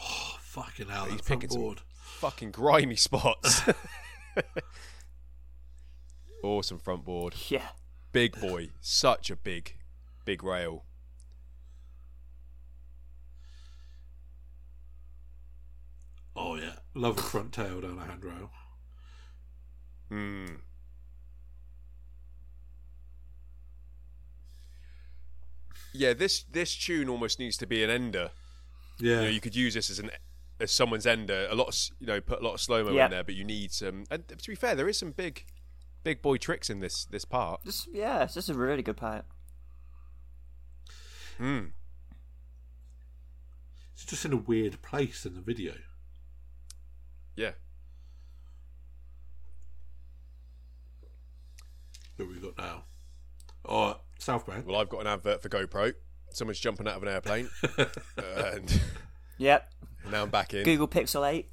S3: Oh, fucking hell,
S1: He's
S3: that's
S1: picking some
S3: board.
S1: fucking grimy spots. awesome front board.
S2: Yeah.
S1: Big boy. Such a big, big rail.
S3: Oh yeah, love a front tail down a handrail.
S1: Hmm. Yeah, this this tune almost needs to be an ender.
S3: Yeah,
S1: You know, you could use this as an as someone's ender. A lot, of, s- you know, put a lot of slow mo
S2: Yep.
S1: in there, but you need some. And to be fair, there is some big, big boy tricks in this this part.
S2: This, yeah, this is a really good part.
S1: Hmm.
S3: it's just in a weird place in the video.
S1: Yeah.
S3: Who we got now? Oh, southbound.
S1: Well, I've got an advert for GoPro. Someone's jumping out of an airplane, and
S2: Yep.
S1: now I'm back in.
S2: Google Pixel 8.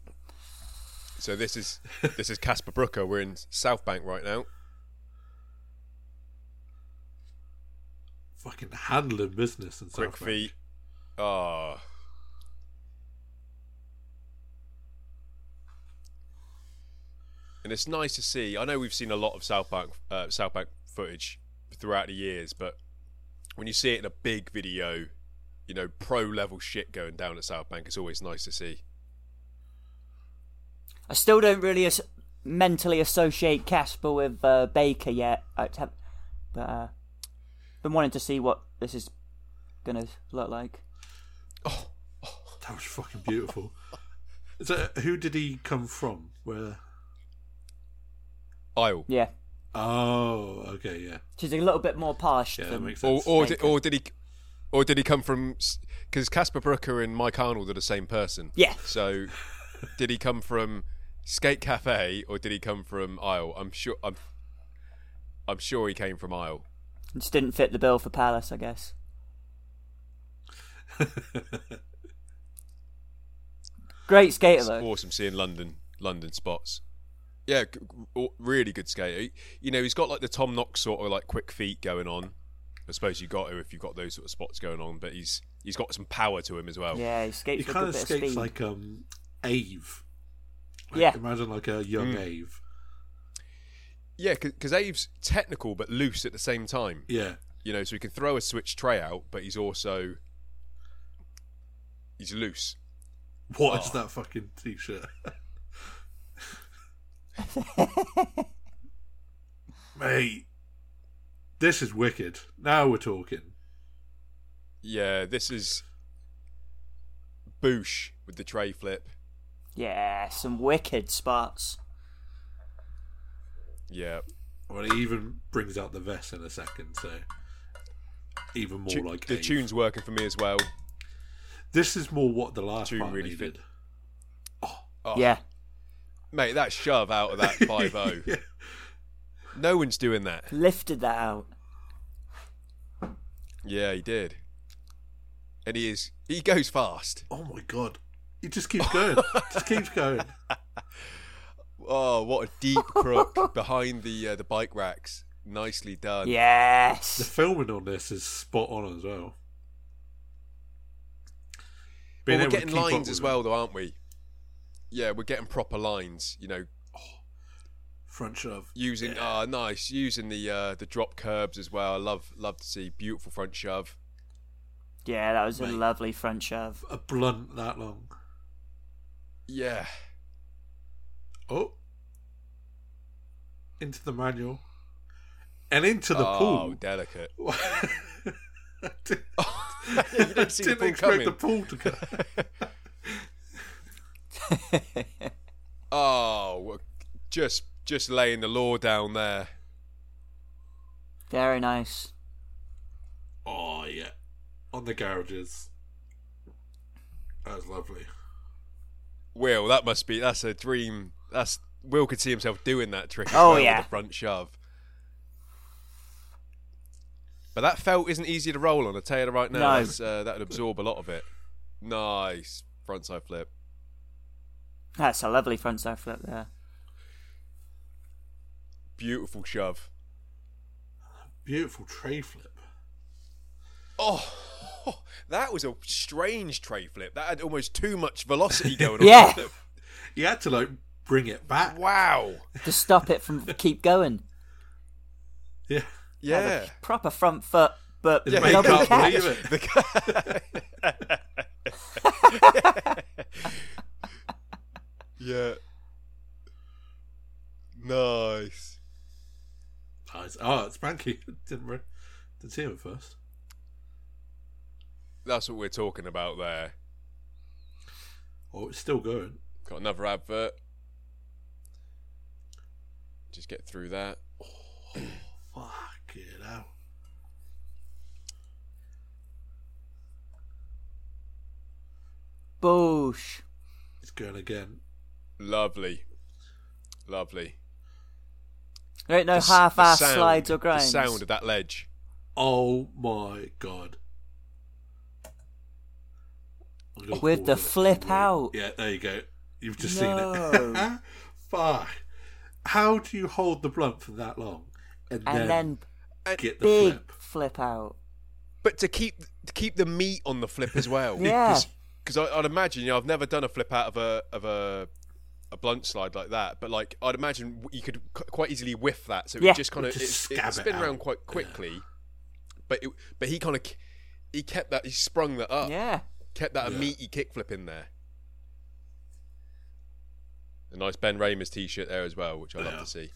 S1: So this is this is Casper Brooker. We're in South Bank right now.
S3: Fucking handling business in
S1: Quick
S3: southbound.
S1: feet. Ah. And it's nice to see. I know we've seen a lot of South Bank uh, South Bank footage throughout the years, but when you see it in a big video, you know, pro level shit going down at South Bank, it's always nice to see.
S2: I still don't really as- mentally associate Casper with uh, Baker yet. I have but, uh, been wanting to see what this is going to look like.
S3: That was fucking beautiful. so, who did he come from? Where?
S1: Isle.
S2: Yeah.
S3: Oh, okay, yeah, Um,
S2: She's a little bit more posh
S3: yeah, that
S2: than
S3: makes
S1: Or
S3: sense.
S1: or did, or did he or did he come from? Because Casper Brooker and Mike Arnold are the same person.
S2: Yeah.
S1: So, did he come from Skate Cafe or did he come from Isle? I'm sure. I'm. I'm sure he came from Isle.
S2: just didn't fit the bill for Palace, I guess. Great skater
S1: It's
S2: though.
S1: awesome seeing London, London spots. Yeah, g- g- really good skater. You know, he's got like the Tom Knox sort of like quick feet going on. I suppose you got to if you've got those sort of spots going on, but he's he's got some power to him as well.
S2: Yeah, he skates
S3: he
S2: with a
S3: kind
S2: good
S3: of
S2: bit of
S3: skates
S2: speed.
S3: like um, Ave. Like,
S2: Yeah.
S3: imagine like a young Ave.
S1: Yeah, because Abe's technical but loose at the same time.
S3: Yeah,
S1: you know, so he can throw a switch tray out, but he's also he's loose.
S3: what is that fucking t-shirt? Mate, this is wicked. Now we're talking.
S1: Yeah, this is Boosh with the tray flip.
S2: Yeah, some wicked spots.
S1: Yeah,
S3: Well, he even brings out the vest in a second, so even more
S1: Tu-
S3: like
S1: the
S3: Ave.
S1: tune's working for me as well.
S3: This is more what the last
S1: Tune
S3: part
S1: really
S3: needed.
S1: Oh.
S2: Yeah.
S1: Mate, that shove out of that five zero.
S3: Yeah.
S1: No one's doing that.
S2: Lifted that out.
S1: Yeah, he did, and he is he goes fast.
S3: Oh my god, it just keeps going, just keeps going.
S1: Oh, what a deep crook behind the uh, the bike racks. Nicely done.
S3: The
S2: Yes.
S3: filming on this is spot on as well.
S1: Well,
S3: Being
S1: we're
S3: able to
S1: getting
S3: keep up
S1: lines
S3: with
S1: as
S3: it.
S1: well, though, aren't we? Yeah, we're getting proper lines. You know,
S3: Front shove.
S1: using ah nice using the uh, the drop curbs as well. I love love to see beautiful front shove.
S2: Yeah, that was a
S3: Mate.
S2: lovely front shove.
S3: A blunt that long.
S1: Yeah,
S3: Oh, into the manual, and into the
S1: oh,
S3: pool.
S1: delicate.
S3: I didn't,
S1: you didn't see the
S3: didn't
S1: pool
S3: expect
S1: coming.
S3: the pool to go.
S1: oh, just just laying the law down there.
S2: Very nice.
S3: Oh yeah, on the garages. That was lovely.
S1: Will, that must be that's a dream. That's Will could see himself doing that trick. As
S2: Oh,
S1: well
S2: yeah.
S1: with the front shove. But that felt isn't easy to roll on. I tell you right now,
S2: No.
S1: that's, uh, that would absorb a lot of it. Nice front side flip.
S2: That's a lovely front side flip there.
S1: beautiful shove.
S3: beautiful tray flip.
S1: Oh, that was a strange tray flip. That had almost too much velocity going on.
S2: Yeah.
S3: You had to like bring it back.
S1: Wow.
S2: to stop it from keep going.
S3: Yeah.
S1: Yeah.
S2: Proper front foot, but
S3: It made
S2: double
S3: can't
S2: catch.
S3: believe it.
S1: Yeah. Nice.
S3: Nice. Oh, it's Banky. Didn't re- didn't see him at first.
S1: That's what we're talking about there.
S3: Oh, it's still going.
S1: Got another advert. Just get through that.
S3: Fuck it out.
S2: Boosh.
S3: It's going again.
S1: Lovely. Lovely.
S2: There ain't no
S1: The s-
S2: half
S1: the
S2: ass
S1: sound-
S2: slides or grinds.
S1: The sound of that ledge.
S3: Oh my god. I'm gonna
S2: With the
S3: pause it.
S2: flip out.
S3: Yeah, there you go. You've just seen it.
S2: No.
S3: Fuck. How do you hold the blunt for that long and,
S2: and then
S3: get the
S2: big
S3: flip?
S2: flip. out.
S1: But to keep to keep the meat on the flip as well.
S2: Yeah.
S1: Because I'd imagine, you know, I've never done a flip out of a of a a blunt slide like that, but like I'd imagine w- you could c- quite easily whiff that, so
S2: Yeah.
S1: it just kind of it,
S3: Just
S1: it,
S3: scab it
S1: spin
S3: out.
S1: around quite quickly. But it, but he kind of he kept that he sprung that up,
S2: Yeah.
S1: kept that
S3: Yeah.
S1: meaty kick flip in there. A nice Ben Ramers t-shirt there as well, which I love
S3: Yeah.
S1: to see.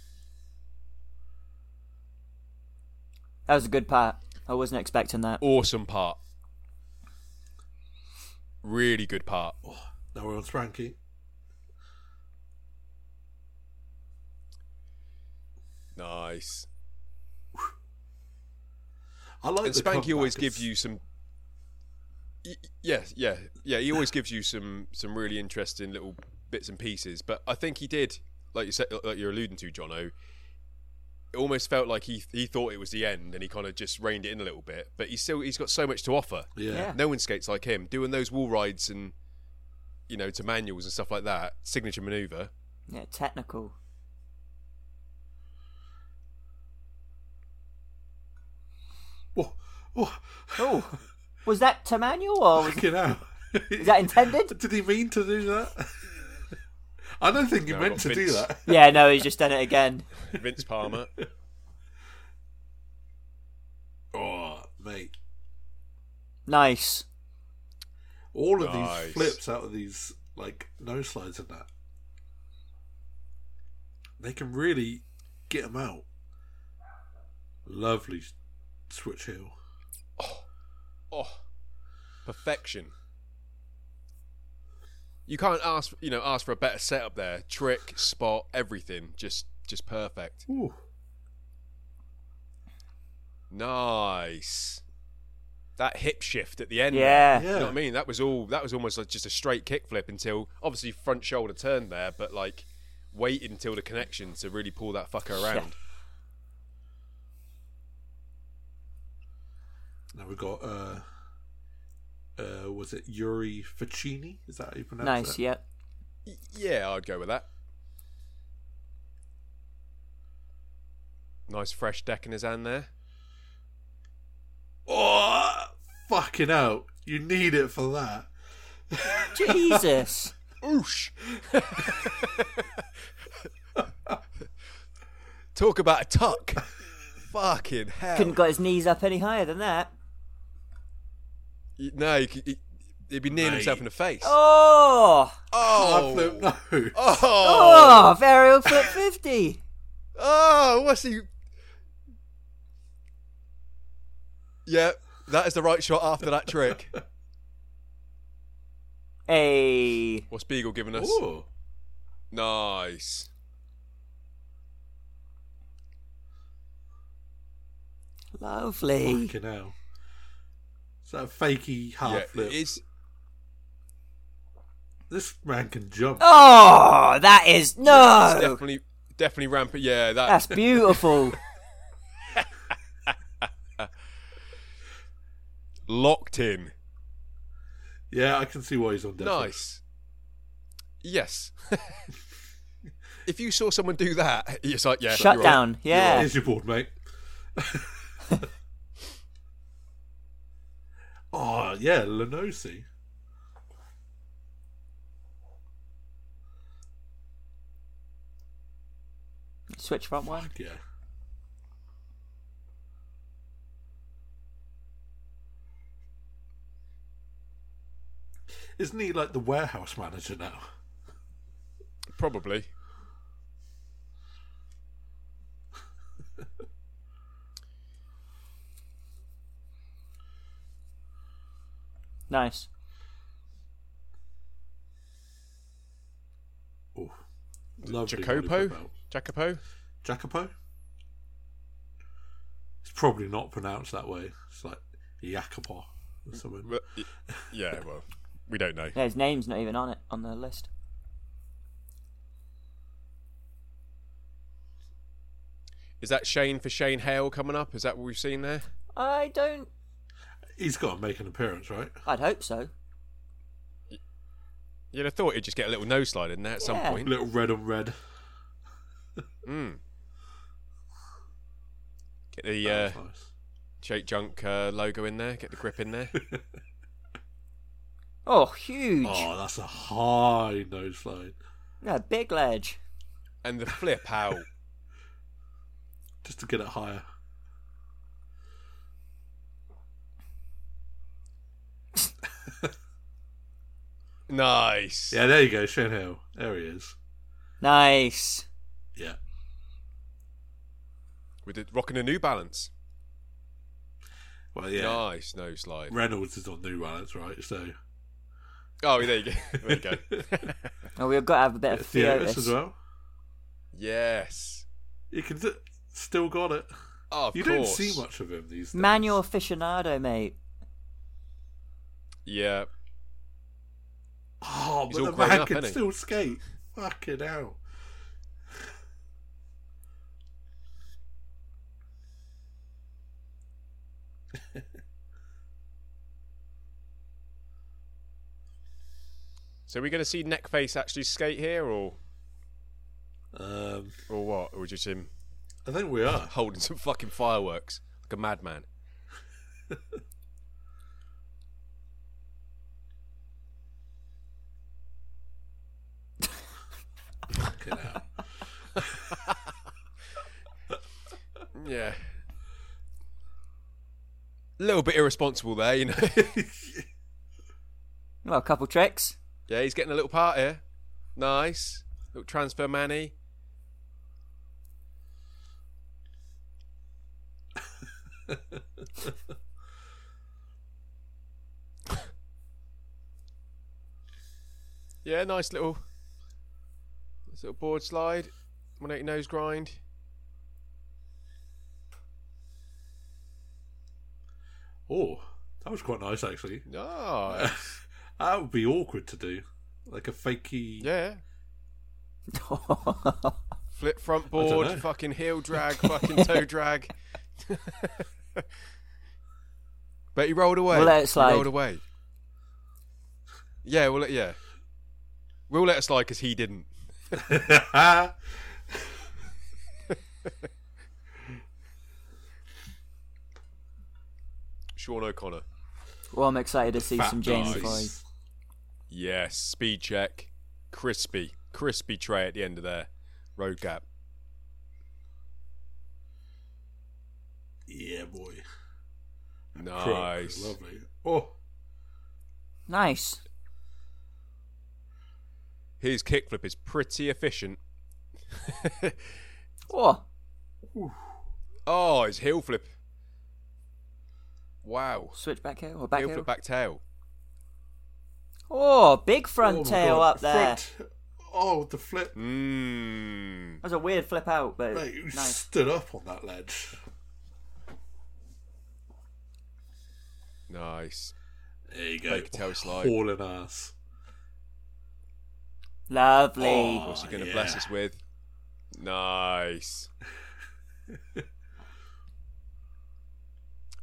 S2: That was a good part. I wasn't expecting that.
S1: Awesome part, really good part.
S3: Oh, now we're on Spranky.
S1: Nice.
S3: I like
S1: and
S3: the
S1: Spanky always
S3: comeback.
S1: gives you some. Y- Yeah, yeah, yeah. He always gives you some some really interesting little bits and pieces. But I think he did, like you said, like you're alluding to, Jono. It almost felt like he he thought it was the end, and he kind of just reined it in a little bit. But he's still he's got so much to offer.
S3: Yeah.
S2: Yeah.
S1: No one skates like him doing those wall rides and you know to manuals and stuff like that. Signature maneuver.
S2: Yeah, technical.
S3: Oh, oh,
S2: Oh. Was that to manual or was,
S3: fucking hell.
S2: is that intended?
S3: Did he mean to do that? I don't think he
S1: No, I
S3: meant
S1: got
S3: to do
S1: Vince.
S3: that.
S2: yeah, no, he's just done it again.
S1: Vince Palmer.
S3: Oh, mate.
S2: Nice.
S3: All of
S1: Nice.
S3: these flips out of these, like, no slides and that. They can really get them out. Lovely s- switch heel.
S1: Oh, perfection. You can't ask, you know, ask for a better setup there. Trick, spot, everything, just, just perfect.
S3: Ooh.
S1: Nice. That hip shift at the end.
S2: Yeah.
S1: there. you know what I
S3: Yeah.
S1: mean. That was all. That was almost like just a straight kick flip until obviously front shoulder turn there, but like waited until the connection to really pull that fucker around.
S3: Now we got, uh, uh, was it Yuri Ficini? Is that how you pronounce it?
S2: nice, yeah.
S1: Y- Yeah, I'd go with that. Nice fresh deck in his hand there.
S3: Oh, fucking out. You need it for that.
S2: Jesus.
S1: Oosh. Talk about a tuck. Fucking hell.
S2: Couldn't got his knees up any higher than that.
S1: Y- No, you could- he- he'd be nearing
S3: Mate.
S1: himself in the face.
S2: Oh!
S1: Oh.
S3: Flip,
S1: Oh.
S3: no.
S1: Oh.
S2: Oh, varial flip 50.
S1: what's he? Yeah, that is the right shot after that trick.
S2: Hey.
S1: What's Beagle giving us?
S3: Ooh.
S1: Nice.
S2: Lovely.
S3: Fucking hell. It's that fakey half
S1: yeah,
S3: Ah, flip.
S1: it is.
S3: This man can jump.
S2: Oh, that is.
S1: It's
S2: No!
S1: definitely, definitely rampant. Yeah, that.
S2: That's beautiful.
S1: locked in.
S3: Yeah, I can see why he's on death.
S1: Nice. Yes. if you saw someone do that, it's like yeah,
S2: Shut
S1: you're
S2: down.
S1: Right.
S2: Yeah.
S3: Here's your board, mate. like, Ah, yeah, Lenosi.
S2: Switch front one.
S3: Yeah. Isn't he like the warehouse manager now?
S1: Probably.
S2: Nice.
S3: Oh, lovely
S1: Jacopo?
S3: volleyball.
S1: Jacopo?
S3: Jacopo? It's probably not pronounced that way. It's like Jacopo or something.
S1: Well, y- Yeah, well, we don't know.
S2: Yeah, his name's not even on it on the list.
S1: Is that Shane for Shane Hale coming up? Is that what we've seen there?
S2: I don't.
S3: He's got to make an appearance, right?
S2: I'd hope so.
S1: You'd have thought he'd just get a little nose slide in there at some
S2: Yeah.
S1: point.
S3: Little red on red.
S1: Mm. Get the uh,
S3: That was nice.
S1: Jake Junk uh, logo in there. Get the grip in there.
S2: Oh, huge.
S3: Oh, that's a high nose line.
S2: Yeah, big ledge.
S1: and the flip out.
S3: Just to get it higher.
S1: nice.
S3: Yeah, there you go, Shane Hill. There he is.
S2: Nice.
S3: Yeah.
S1: With it rocking a New Balance.
S3: Well, yeah.
S1: Nice nose slide.
S3: Reynolds is on New Balance, right? So
S1: Oh, there you go. There you go.
S2: Oh, we've got to have a bit of
S3: Theotis
S2: Theotis.
S3: as well.
S1: yes.
S3: You can d- still got it.
S1: Oh, of
S3: you
S1: course.
S3: don't see much of him these days.
S2: Manual aficionado, mate.
S1: Yeah.
S3: Oh,
S1: He's
S3: but
S1: all
S3: the
S1: grown
S3: man
S1: up,
S3: can
S1: ain't he?
S3: still skate. Fucking hell.
S1: So we're going to see Neckface actually skate here, or
S3: Um,
S1: or what? Or just him
S3: I think we are.
S1: holding some fucking fireworks like a madman?
S3: Fucking hell.
S1: Yeah. A little bit irresponsible there, you know.
S2: Well, a couple tricks.
S1: yeah, he's getting a little part here. Nice. Little transfer manny. yeah, nice little nice little board slide. 180 nose grind.
S3: Oh, that was quite nice, actually.
S1: Nice.
S3: That would be awkward to do. Like a fakey.
S1: Yeah. Flip front
S3: don't know.
S1: board, fucking heel drag, fucking toe drag. but he rolled away.
S2: We'll let it
S1: He
S2: slide.
S1: rolled away. Yeah, we'll let, yeah. We'll let it slide because he didn't. Sean O'Connor.
S2: well, I'm excited to see
S3: Fat
S2: some Jamie
S3: guys.
S2: Foy.
S1: Yes, speed check. Crispy. Crispy tray at the end of there. Road gap.
S3: Yeah, boy. Crook.
S1: Nice.
S3: Lovely. Oh,
S2: Nice.
S1: His kickflip is pretty efficient.
S2: Oh,
S1: oh, his heel flip. Wow.
S2: switch back here or back
S1: heel
S2: here.
S1: flip back tail.
S2: Oh, big front
S3: oh my
S2: tail
S3: God.
S2: up there.
S3: Front- Oh, the flip.
S1: Mmm.
S2: That was a weird flip out, but
S3: Mate, you
S2: nice.
S3: stood up on that ledge.
S1: Nice.
S3: There you go.
S1: Fake tail slide.
S3: Hauling ass.
S2: Lovely.
S3: Oh.
S1: What's he going to
S3: yeah.
S1: bless us with? Nice.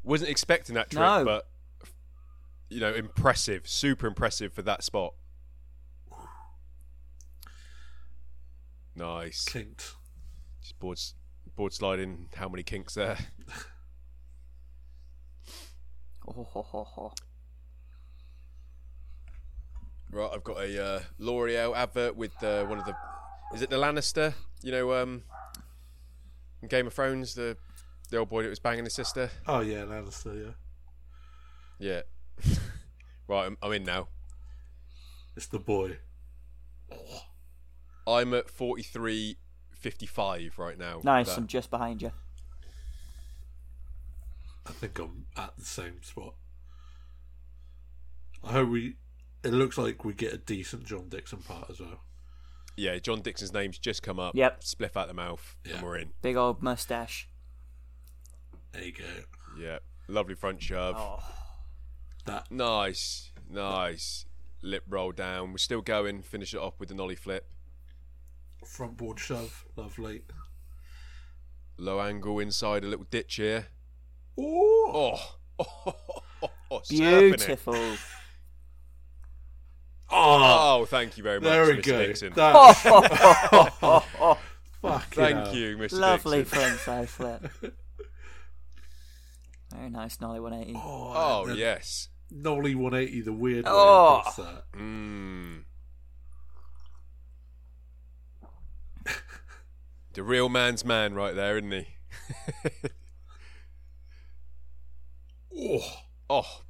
S1: Wasn't expecting that trick,
S2: No.
S1: but you know, impressive, super impressive for that spot. Nice.
S3: Clinked.
S1: Just board, s- board sliding. How many kinks there?
S2: Oh. ho, ho, ho.
S1: Right, I've got a uh, L'Oreal advert with uh, one of the. Is it the Lannister? You know, um, in Game of Thrones, the the old boy that was banging his sister.
S3: Oh yeah, Lannister.
S1: Yeah.
S3: Yeah,
S1: right, I'm, I'm in now.
S3: it's the boy.
S1: I'm at 43.55 right now.
S2: Nice,
S1: That-
S2: I'm just behind you.
S3: I think I'm at the same spot. I hope we. It looks like we get a decent John Dixon part as well.
S1: yeah, John Dixon's name's just come up.
S2: Yep.
S1: Spliff out the mouth,
S3: Yeah.
S1: and we're in.
S2: Big old mustache.
S3: There you go.
S1: Yeah. Lovely front shove.
S2: Oh,
S3: That
S1: Nice. Nice. Lip roll down. We're still going. Finish it off with the nollie flip.
S3: front board shove, lovely.
S1: Low angle inside a little ditch here.
S3: Oh,
S1: Oh. Slapping it.
S2: beautiful.
S3: oh,
S1: Oh, thank you very much,
S3: there we
S1: Mr.
S3: go.
S1: Dixon.
S3: That's
S2: Oh,
S3: fucking
S1: thank
S3: hell.
S1: you, Mr.
S2: lovely
S1: Dixon.
S2: front side flip. Very nice, Nolly 180.
S3: Oh,
S1: Oh,
S3: and then
S1: yes.
S3: Nolly 180, the weird way
S2: Oh.
S3: across that.
S1: Mm. the real man's man, right there, isn't he?
S3: Oh,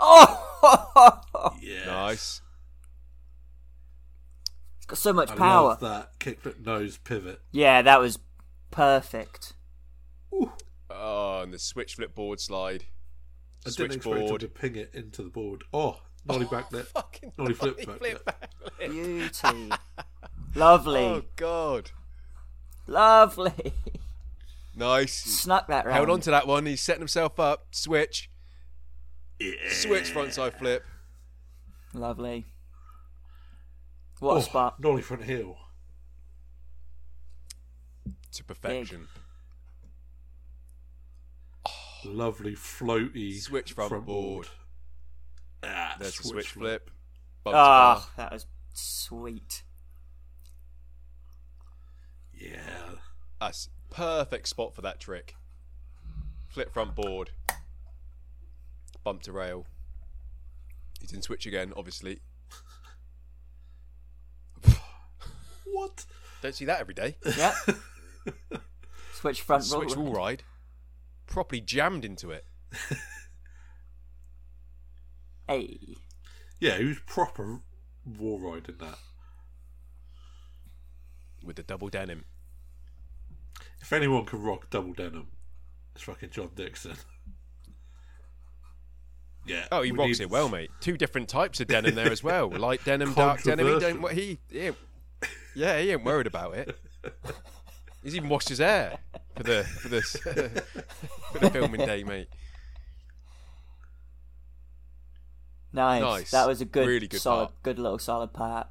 S1: Oh,
S2: Oh,
S3: yeah.
S1: nice.
S2: it's got so much
S3: I
S2: power.
S3: love that kickflip nose pivot.
S2: Yeah, that was perfect.
S3: Ooh,
S1: Oh, and the switch flip board slide.
S3: I didn't expect him to
S1: Switchboard.
S3: ping it into the board. Oh, Nolly back there.
S1: Fucking
S3: Nolly flip
S1: nollie
S3: back
S1: flip back lip.
S2: Beauty. Lovely.
S1: Oh, God.
S2: Lovely.
S1: Nice.
S2: Snuck that round.
S1: Held on to that one. He's setting himself up. Switch. Switch frontside flip.
S2: Lovely. What
S1: Oh.
S2: a spot.
S3: Oh, Nolly front heel.
S1: To perfection.
S3: Lovely floaty
S1: Switch front board.
S3: Ah,
S1: There's the switch flip. Bump to
S2: Ah,
S1: bar.
S2: that was sweet.
S3: Yeah.
S1: That's perfect spot for that trick. Flip front board. Bump to rail. He's in switch again, obviously.
S3: What?
S1: Don't see that every day.
S2: Yep. Switch front
S1: switch
S2: roll.
S1: wall ride. Properly jammed into it.
S2: Hey.
S3: Yeah, he was proper war riding that.
S1: With the double denim.
S3: If anyone can rock double denim, it's fucking John Dixon. Yeah.
S1: Oh, he
S3: we
S1: rocks
S3: need-
S1: it well, mate. Two different types of denim there as well. Light denim, dark denim. He don't.
S3: Controversial.
S1: He, he yeah, he ain't worried about it. He's even washed his hair for the for this for the filming day, mate.
S2: Nice.
S1: Nice.
S2: That was a good,
S1: Really good
S2: solid,
S1: part.
S2: good little solid part.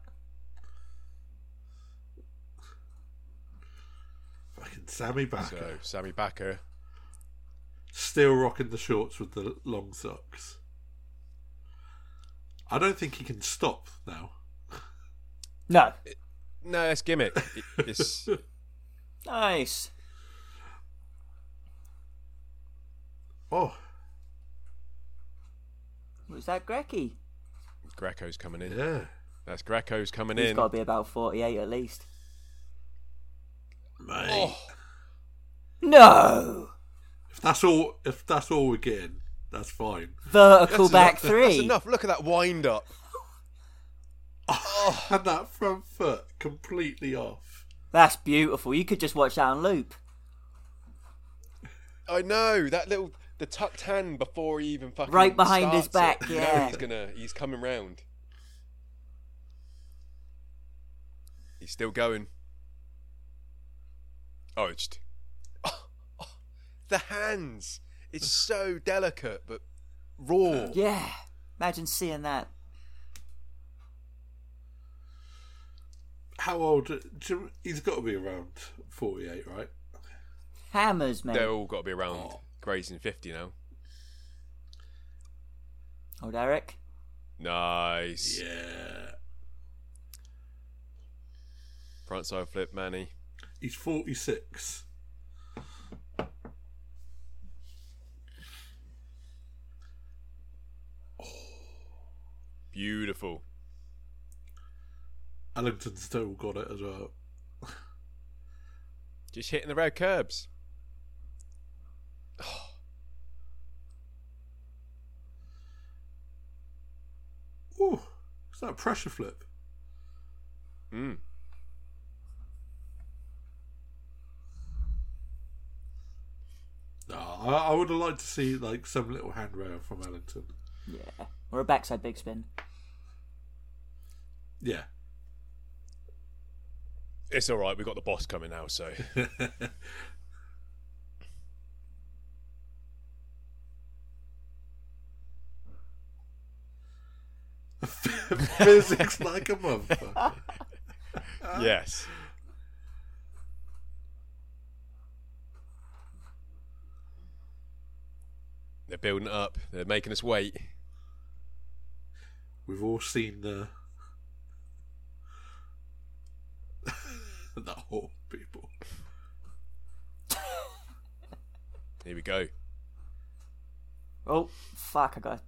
S3: Fucking Sammy Backer.
S1: So Sammy Backer,
S3: Still rocking the shorts with the long socks. I don't think he can stop now.
S2: No.
S1: No, it's gimmick. It- It's
S2: Nice.
S3: Oh,
S2: Was that Grecky?
S1: Greco's coming in.
S3: yeah.
S1: That's Greco's coming
S2: He's
S1: in.
S2: got to be about 48 at least.
S3: Mate.
S1: Oh,
S2: No!
S3: If that's all if that's all we're getting, that's fine.
S2: Vertical
S1: that's
S2: back
S1: enough- That's
S2: three.
S1: enough. Look at that wind up.
S3: And that front foot completely off.
S2: That's beautiful. You could just watch that on loop.
S1: I know that little the tucked hand before he even fucking
S2: Right behind his
S1: starts
S2: back,
S1: it. You know
S2: yeah.
S1: he's gonna. He's coming round. He's still going. Oh, it's just the hands. It's so delicate but raw.
S2: Yeah. Imagine seeing that.
S3: How old? do you- he's got to be around forty-eight, right?
S2: Hammers, mate.
S1: They're all got to be around
S3: Oh.
S1: grazing fifty now.
S2: Oh, Derek.
S1: Nice.
S3: Yeah,
S1: Front side flip, Manny.
S3: he's forty-six.
S1: Beautiful.
S3: Ellington still got it as well.
S1: Just hitting the red curbs.
S3: Ooh, is that a pressure flip?
S1: Mm.
S3: Nah, I, I would have liked to see like some little handrail from Ellington.
S2: Yeah. Or a backside big spin.
S3: Yeah,
S1: It's all right. We've got the boss coming now, so
S3: physics like a motherfucker.
S1: yes. They're building up. They're making us wait.
S3: We've all seen the the whole people.
S1: Here we go.
S2: Oh, fuck, I got a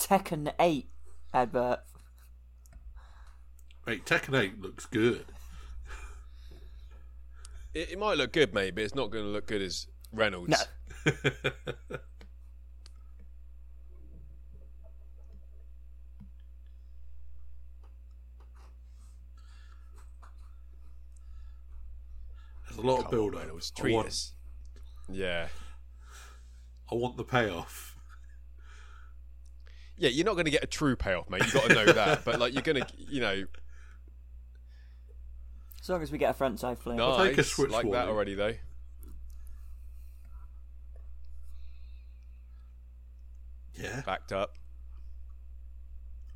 S2: Tekken 8 advert.
S3: Wait, Tekken Eight looks good.
S1: It, it might look good, mate, but it's not going to look good as Reynolds.
S2: No.
S3: There's a lot of
S1: Come on,
S3: build up.
S1: Reynolds,
S3: I
S1: treat
S3: want,
S1: us. Yeah.
S3: I want the payoff.
S1: Yeah, you're not going to get a true payoff, mate. You've got to know that. But, like, you're going to, you know,
S2: As long as we get a front side flip.
S1: nice.
S3: take a switch
S1: like that
S3: warning.
S1: already, though.
S3: Yeah.
S1: Backed up.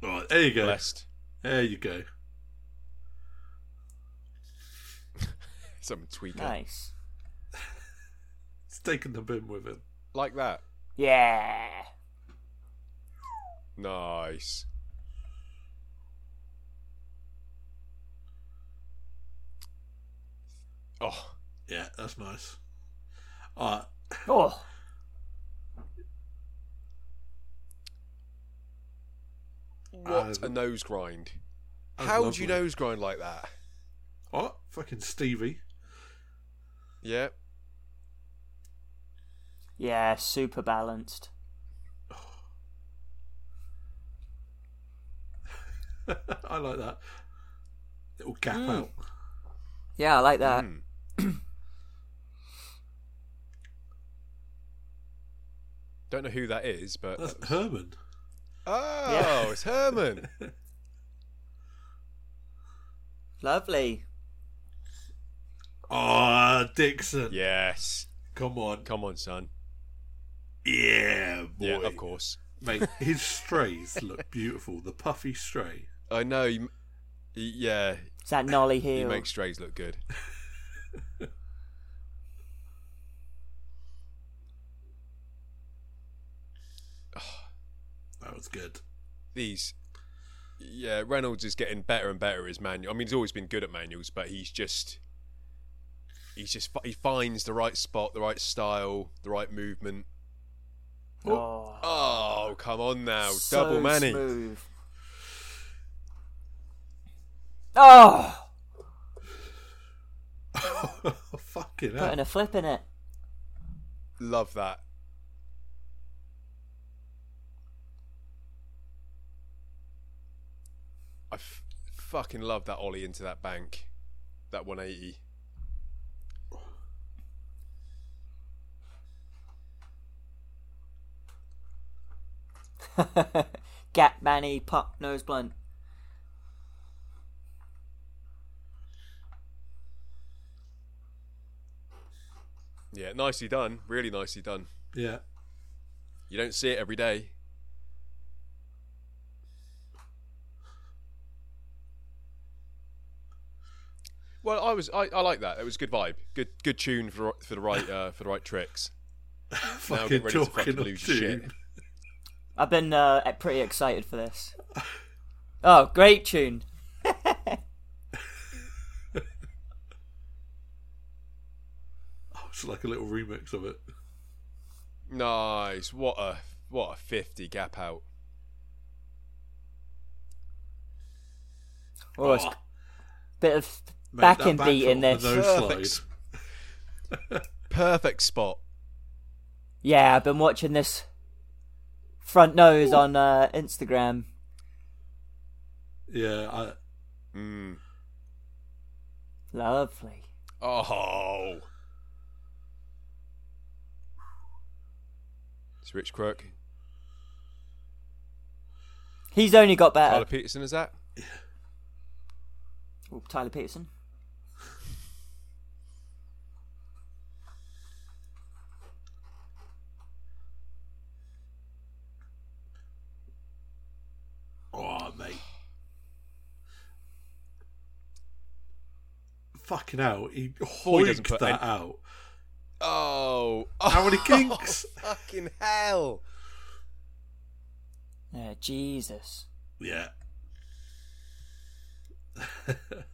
S3: Right, there you go.
S1: Blessed.
S3: There you go.
S1: Some tweaker.
S2: Nice.
S3: It's taking the bin with him.
S1: Like that.
S2: Yeah.
S1: Nice. Oh,
S3: Yeah, that's nice. Alright.
S2: Oh,
S1: what
S3: Um,
S1: a nose grind.
S3: that's
S1: How do you
S3: lovely.
S1: nose grind like that?
S3: Oh, fucking Stevie.
S1: Yeah.
S2: yeah, super balanced.
S3: I like that. Little gap
S2: Mm.
S3: out.
S2: Yeah, I like that.
S1: Mm. Don't know who that is, but
S3: That's Herman.
S1: oh,
S2: Yeah.
S1: it's Herman.
S2: Lovely.
S3: Ah, Dixon.
S1: yes,
S3: Come on.
S1: come on, son.
S3: Yeah, boy.
S1: Yeah, of course.
S3: Mate, his strays look beautiful. The puffy stray.
S1: I know. You, yeah,
S2: It's that nolly
S1: he
S2: heel.
S1: makes strays look good.
S3: That was good.
S1: these yeah reynolds is getting better and better at his manual i mean he's always been good at manuals but he's just he's just he finds the right spot the right style the right movement
S2: Oh,
S1: oh come on now
S2: so
S1: double manny
S2: smooth. Oh,
S3: Fucking hell.
S2: putting a flip in it.
S1: love that I f- fucking love that ollie into that bank that 180
S2: Gap Manny, pop nose blunt.
S1: yeah nicely done really nicely done
S3: Yeah.
S1: you don't see it every day Well, I was I, I like that. It was a good vibe, good good tune for for the right uh, for the right tricks. Now
S3: fucking
S1: get ready to
S3: talking
S1: fucking
S3: of
S1: lose your shit.
S3: tune.
S2: I've been uh, pretty excited for this. Oh, great tune.
S3: Oh, it's like a little remix of it.
S1: Nice. What a what a fifty gap out.
S2: Oh, it's a bit of
S3: Ah, Mate,
S2: backing
S3: that
S2: beat in this.
S3: backdrop, the nose
S1: Perfect.
S3: slide.
S1: Perfect spot.
S2: Yeah, I've been watching this front nose on uh, Instagram.
S3: Yeah, I,
S1: Mm.
S2: Lovely.
S1: Oh. It's Rich Crook.
S2: He's only got better.
S1: Tyler
S2: Tyler,
S1: Peterson is that?
S2: Tyler Peterson.
S3: oh mate, fucking hell, he
S1: doesn't
S3: hoiked
S1: put
S3: that
S1: any-
S3: out.
S1: Oh.
S3: How many kinks?
S1: Fucking hell.
S2: Yeah, Jesus.
S3: Yeah,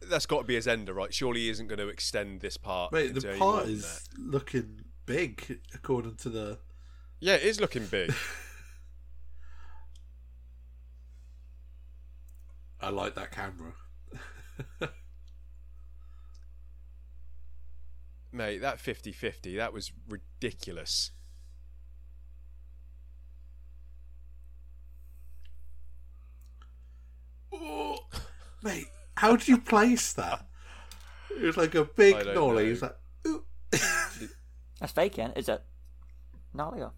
S1: That's got to be his ender, right? Surely he isn't going to extend this part.
S3: mate,
S1: into
S3: the
S1: any more
S3: part
S1: than
S3: is
S1: that.
S3: looking big according to the.
S1: Yeah, it is looking big.
S3: I like that camera.
S1: Mate, that 50 50, that was ridiculous.
S3: Oh, mate, how do you place that? It was like a big
S1: I don't
S3: nollie.
S1: know.
S3: It was like, ooh.
S2: That's fake, yeah? Is it? Gnarly or-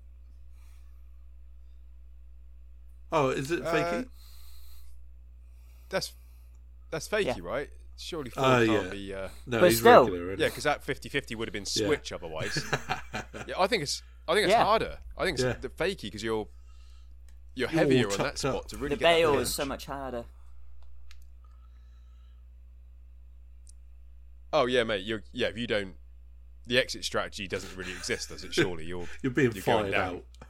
S3: oh, is it
S1: Uh,
S3: faking?
S1: That's that's fakey,
S2: Yeah.
S1: right? Surely Ford
S3: Uh,
S1: can't
S3: yeah.
S1: be. Uh,
S3: no,
S2: but
S3: he's
S2: still-
S3: regular.
S1: yeah,
S3: isn't
S1: because that 50 50 would have been
S3: Yeah.
S1: switch otherwise.
S3: he?
S1: yeah, I think it's I think it's
S2: Yeah.
S1: harder. I think it's
S3: Yeah.
S1: the fakey because you're you're
S3: You're all
S1: heavier on that
S3: tucked
S1: spot
S3: up.
S1: to really
S2: The
S1: get that
S2: bail
S1: pitch.
S2: is so much harder.
S1: Oh yeah, mate. You're, yeah, if you don't, the exit strategy doesn't really exist, does it? Surely you're.
S3: You're being
S1: You're going
S3: fired
S1: down.
S3: out.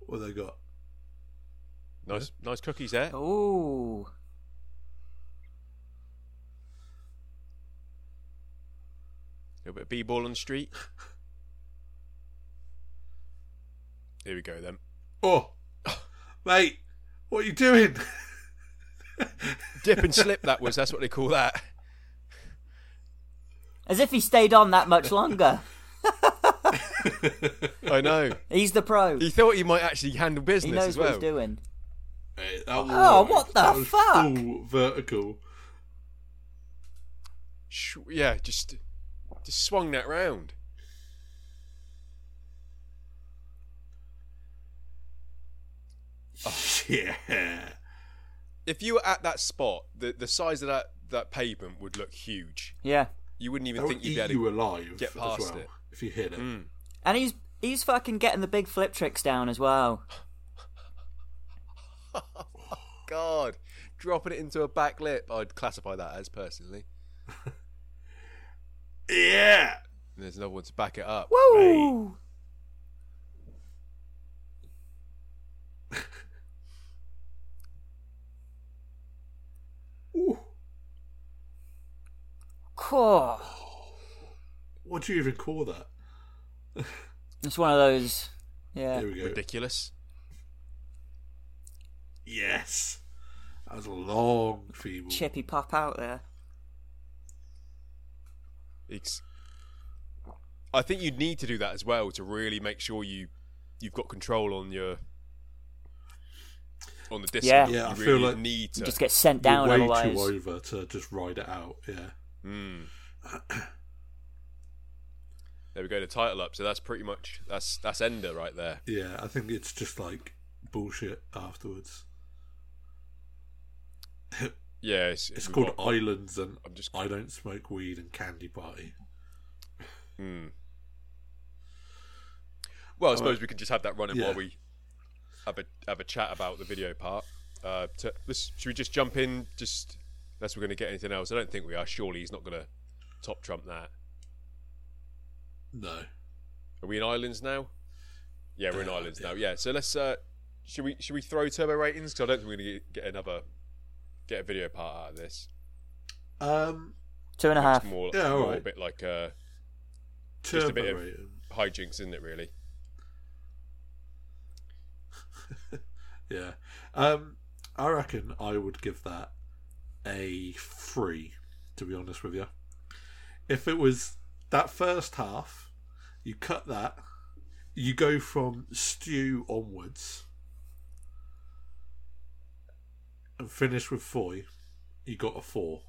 S3: what they got?
S1: Nice, nice cookies there.
S2: Ooh.
S1: little bit of b-ball on the street. Here we go then.
S3: Oh, mate, what are you doing?
S1: Dip and slip. That was. That's what they call that.
S2: As if he stayed on that much longer.
S1: I know.
S2: He's the pro.
S1: He thought he might actually handle
S2: He
S1: business
S2: knows
S1: as well.
S2: what he's doing.
S3: Mate, that was-
S2: Oh, what the
S3: that was
S2: fuck?
S3: Full vertical.
S1: Sh- yeah, just just swung that round.
S3: Oh, Yeah.
S1: If you were at that spot, the the size of that that pavement would look huge.
S2: Yeah.
S1: You wouldn't even
S3: That
S1: think
S3: would
S1: you'd
S3: eat
S1: be able to.
S3: Oh, you alive
S1: get past
S3: as well,
S1: it.
S3: if you hit it.
S1: Mm.
S2: And he's he's fucking getting the big flip tricks down as well.
S1: God, dropping it into a back lip. I'd classify that as personally.
S3: Yeah.
S1: And there's another one to back it up.
S2: Woo!
S3: Ooh,
S2: Cool.
S3: what do you even call that?
S2: It's one of those. Yeah.
S3: Here we go.
S1: Ridiculous.
S3: Yes. That was a long feeble.
S2: Chippy pop out there.
S1: It's, I think you'd need to do that as well to really make sure you you've got control on your on the distance.
S2: Yeah.
S1: You
S3: Yeah, I
S1: really
S3: feel like-
S1: need to.
S2: You just get sent down
S3: You're way
S2: otherwise.
S3: too over to just ride it out. Yeah.
S1: Mm. There we go. The title up. So that's pretty much that's that's Ender right there.
S3: Yeah. I think it's just like bullshit afterwards.
S1: Yeah, it's,
S3: It's
S1: we've
S3: called
S1: got-
S3: Islands and
S1: I'm just.
S3: I don't smoke weed and candy party.
S1: Mm. Well, I
S3: Oh,
S1: suppose we can just have that running while
S3: yeah.
S1: we have a have a chat about the video part. Uh, to, let's, should we just jump in? Just unless we're going to get anything else, I don't think we are. Surely he's not going to top trump that.
S3: No.
S1: Are we in islands now? Yeah, we're in
S3: Uh,
S1: islands now. Yeah, so let's. Uh, should we should we throw turbo ratings? Because I don't think we're going to get another get a video part out of this.
S3: Um.
S2: Two and a half.
S1: More,
S3: Yeah, all
S1: more a
S3: right.
S1: bit like uh, Just a
S3: Turbo
S1: bit of-
S3: rating.
S1: hijinks, isn't it? Really.
S3: Yeah. Um, I reckon I would give that a three, to be honest with you. If it was that first half, you cut that, you go from stew onwards and finish with foy, you got a four.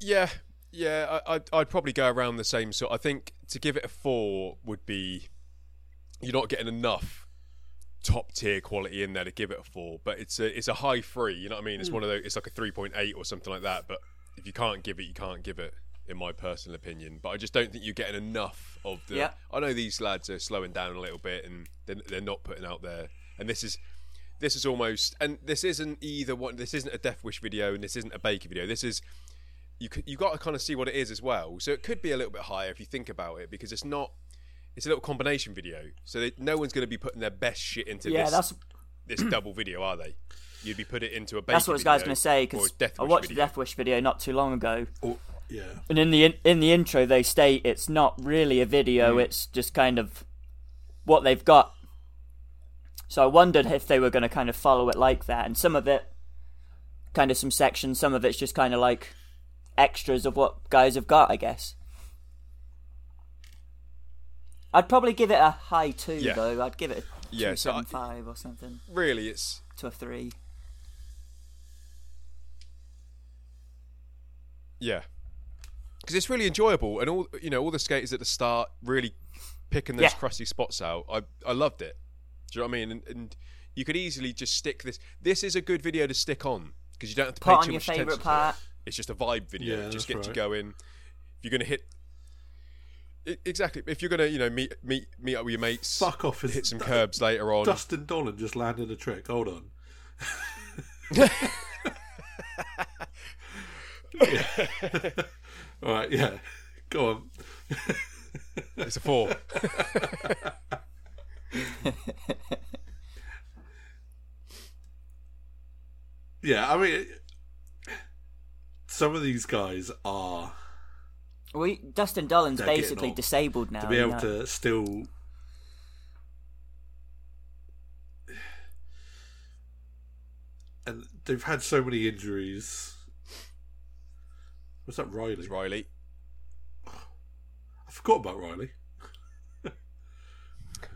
S1: Yeah, yeah. I, I'd, I'd probably go around the same sort. I think to give it a four would be you're not getting enough top tier quality in there to give it a four, but it's a it's a high three. You know what I mean? It's one of those. It's like a three point eight or something like that. But if you can't give it, you can't give it. In my personal opinion, but I just don't think you're getting enough of the.
S2: Yeah.
S1: I know these lads are slowing down a little bit, and they're, they're not putting out there. And this is, this is almost, and this isn't either one. This isn't a Death Wish video, and this isn't a Baker video. This is you could, you got to kind of see what it is as well. So it could be a little bit higher if you think about it because it's not it's a little combination video. So they, no one's going to be putting their best shit into
S2: yeah,
S1: this
S2: that's
S1: this double video, are they? You'd be put it into a baby
S2: that's what I was
S1: video
S2: guys gonna say
S1: or a
S2: because
S1: Death
S2: I
S1: Wish
S2: watched the
S1: video.
S2: Death Wish video not too long ago,
S3: Or, yeah.
S2: and in the in, in the intro they state it's not really a video;
S1: Mm.
S2: it's just kind of what they've got. So I wondered if they were going to kind of follow it like that, and some of it, kind of some sections, some of it's just kind of like extras of what guys have got, I guess. I'd probably give it a high two
S1: Yeah.
S2: though. I'd give it a
S1: Yeah,
S2: two
S1: so I-
S2: seven five or something
S1: Really, it's
S2: to a three.
S1: yeah, because it's really enjoyable, and all you know, all the skaters at the start really picking those
S2: Yeah.
S1: crusty spots out. I I loved it. Do you know what I mean? And, and you could easily just stick this. This is a good video to stick on because you don't have to pay
S2: Put
S1: too
S2: on your
S1: much attention
S2: favourite
S1: to it.
S2: part.
S1: It's just a vibe video.
S3: Yeah,
S1: just
S3: that's
S1: get you
S3: right.
S1: going. If you're gonna hit, I- exactly. If you're gonna, you know, meet meet meet up with your mates,
S3: Fuck off. Is
S1: hit some
S3: that-
S1: curbs later on.
S3: Dustin Dolan just landed a trick. Hold on. All right, yeah. Go on.
S1: It's a four.
S3: Yeah, I mean, some of these guys are
S2: We Dustin Dolan's
S3: They're getting
S2: basically
S3: old.
S2: disabled now.
S3: to be
S2: you
S3: able
S2: know.
S3: to still. And they've had so many injuries. Was that Riley?
S1: It's Riley.
S3: I forgot about Riley.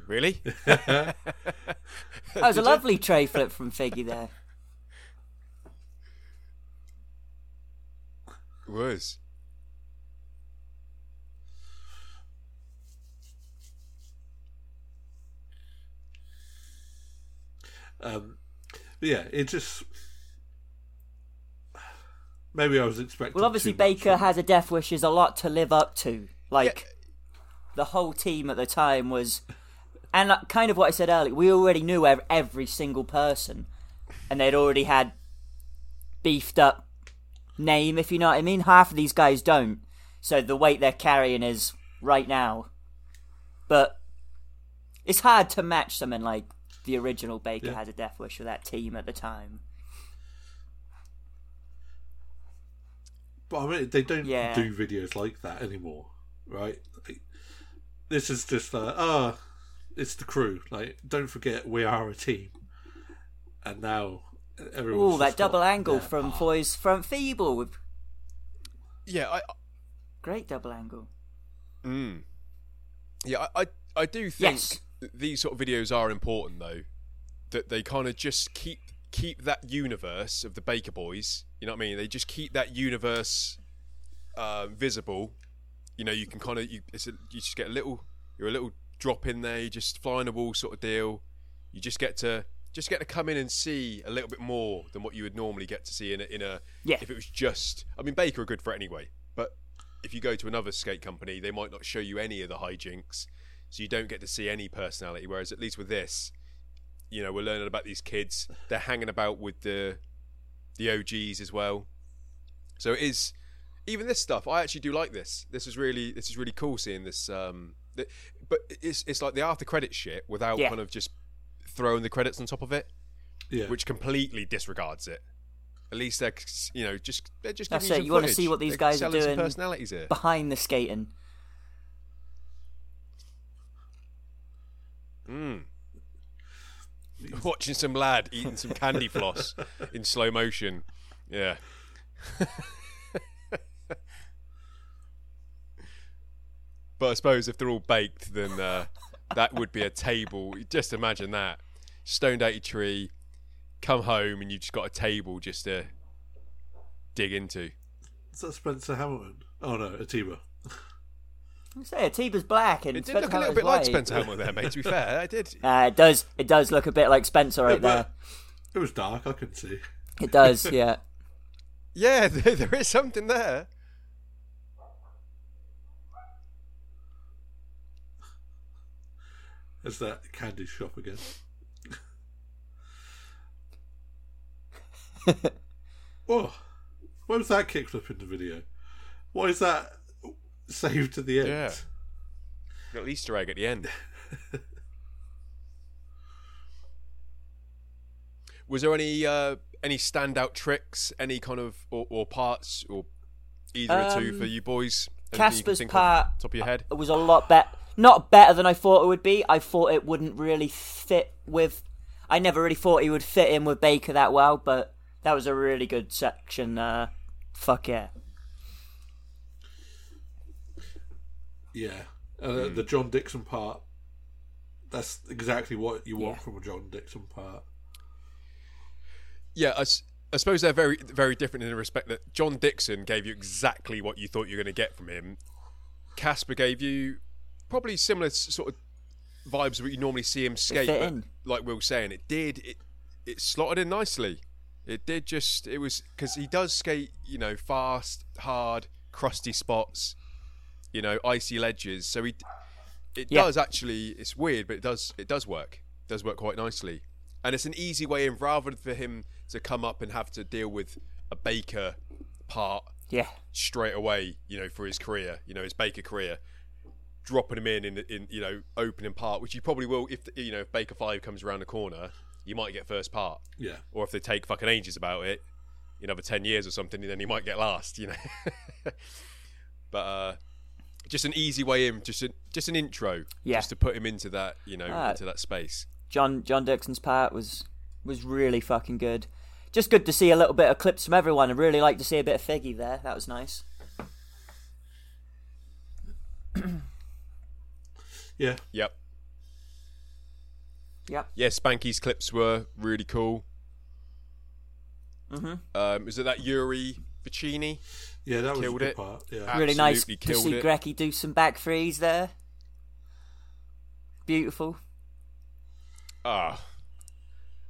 S1: Really?
S2: That was a lovely tray flip from Figgy there.
S1: It was.
S3: Um, but yeah, it just. Maybe I was expecting.
S2: Well, obviously
S3: too much
S2: Baker
S3: from-
S2: has a death wish is a lot to live up to. Like the whole team at the time was, and like, kind of what I said earlier, we already knew ev- every single person, and they'd already had beefed up name, if you know what I mean. Half of these guys don't, so the weight they're carrying is right now. But it's hard to match something like the original Baker
S3: Yeah.
S2: has a death wish with that team at the time.
S3: But I mean, they don't
S2: Yeah.
S3: do videos like that anymore, right? Like, this is just uh, ah, it's the crew. Like, don't forget we are a team. And now everyone.
S2: Ooh, that double angle from Foy's front feeble with
S1: Yeah, I,
S2: great double angle.
S1: Mm. Yeah, I, I, I do think
S2: Yes.
S1: th- these sort of videos are important though. That they kind of just keep keep that universe of the Baker Boys. You know what I mean? They just keep that universe uh, visible. You know, you can kind of you, it's a, you just get a little you're a little drop in there. You just fly on the wall sort of deal. You just get to just get to come in and see a little bit more than what you would normally get to see in a, in a
S2: Yeah.
S1: if it was just I mean Baker are good for it anyway, but if you go to another skate company, they might not show you any of the hijinks, so you don't get to see any personality. Whereas at least with this, you know, we're learning about these kids. They're hanging about with the the OGs as well. So it is even this stuff. I actually do like this. This is really this is really cool seeing this. Um, th- but it's it's like the after credit shit without
S2: Yeah.
S1: kind of just throwing the credits on top of it,
S3: Yeah.
S1: which completely disregards it. At least they're c- you know just they're just.
S2: That's
S1: giving
S2: it,
S1: You,
S2: you wanna
S1: want to
S2: see what these guys are
S1: Some
S2: doing.
S1: personalities here.
S2: behind the skating.
S1: Mm. Watching some lad eating some candy floss in slow motion. Yeah. but I suppose if they're all baked, then uh, that would be a table. Just imagine that. Stoned out your tree, come home, and you've just got a table just to dig into.
S3: Is that Spencer Hamilton? Oh no, Atiba.
S2: I say Atiba's black and
S1: It did
S2: Spencer
S1: look a little
S2: Hamilton's
S1: bit like
S2: white.
S1: Spencer Hamill there, mate, to be fair. I did.
S2: Uh, it does. It does look a bit like Spencer right there.
S3: It was dark. I couldn't see.
S2: It does. Yeah.
S1: Yeah, there, there is something there.
S3: It's that candy shop again. oh, where was that kicked up in the video? Why is that saved to the end?
S1: Yeah. Little Easter egg at the end. Was there any uh, any standout tricks, any kind of or, or parts, or either or two
S2: Um,
S1: for you boys? Anything you can
S2: Casper's
S1: think of
S2: part
S1: top of your head.
S2: It was a lot better. Not better than I thought it would be. I thought it wouldn't really fit with. I never really thought he would fit in with Baker that well, but that was a really good section. Uh, fuck yeah.
S3: Yeah. And
S1: Hmm.
S3: uh, the John Dixon part. That's exactly what you want
S2: Yeah.
S3: from a John Dixon part.
S1: Yeah, I, s- I suppose they're very very different in the respect that John Dixon gave you exactly what you thought you were going to get from him. Casper gave you probably similar s- sort of vibes what you normally see him skate,
S2: fit
S1: but
S2: in.
S1: like Will saying, it did it it slotted in nicely. It did just it was because he does skate, you know, fast, hard, crusty spots, you know, icy ledges. So he it
S2: Yeah.
S1: does actually. It's weird, but it does it does work. It does work quite nicely, and it's an easy way in rather than for him to come up and have to deal with a baker part
S2: Yeah.
S1: straight away. You know, for his career, you know, his baker career, dropping him in in, in you know opening part, which you probably will if you know if Baker Five comes around the corner, you might get first part,
S3: Yeah.
S1: or if they take fucking ages about it, you know, for ten years or something, then he might get last, you know. but uh, just an easy way in, just an just an intro,
S2: Yeah.
S1: just to put him into that, you know,
S2: Ah.
S1: into that space.
S2: John John Dixon's part was was really fucking good. Just good to see a little bit of clips from everyone. I really like to see a bit of Figgy there. That was nice.
S3: Yeah.
S1: Yep.
S2: Yep.
S1: Yeah, Spanky's clips were really cool.
S2: Mhm.
S1: Um, is it that Yuri Vicini?
S3: Yeah, that was a
S1: Killed
S3: good
S1: it.
S3: part. Yeah.
S1: Ah.
S2: really nice
S1: absolutely
S2: to see
S1: killed it.
S2: Grecky do some back threes there. Beautiful.
S1: Ah,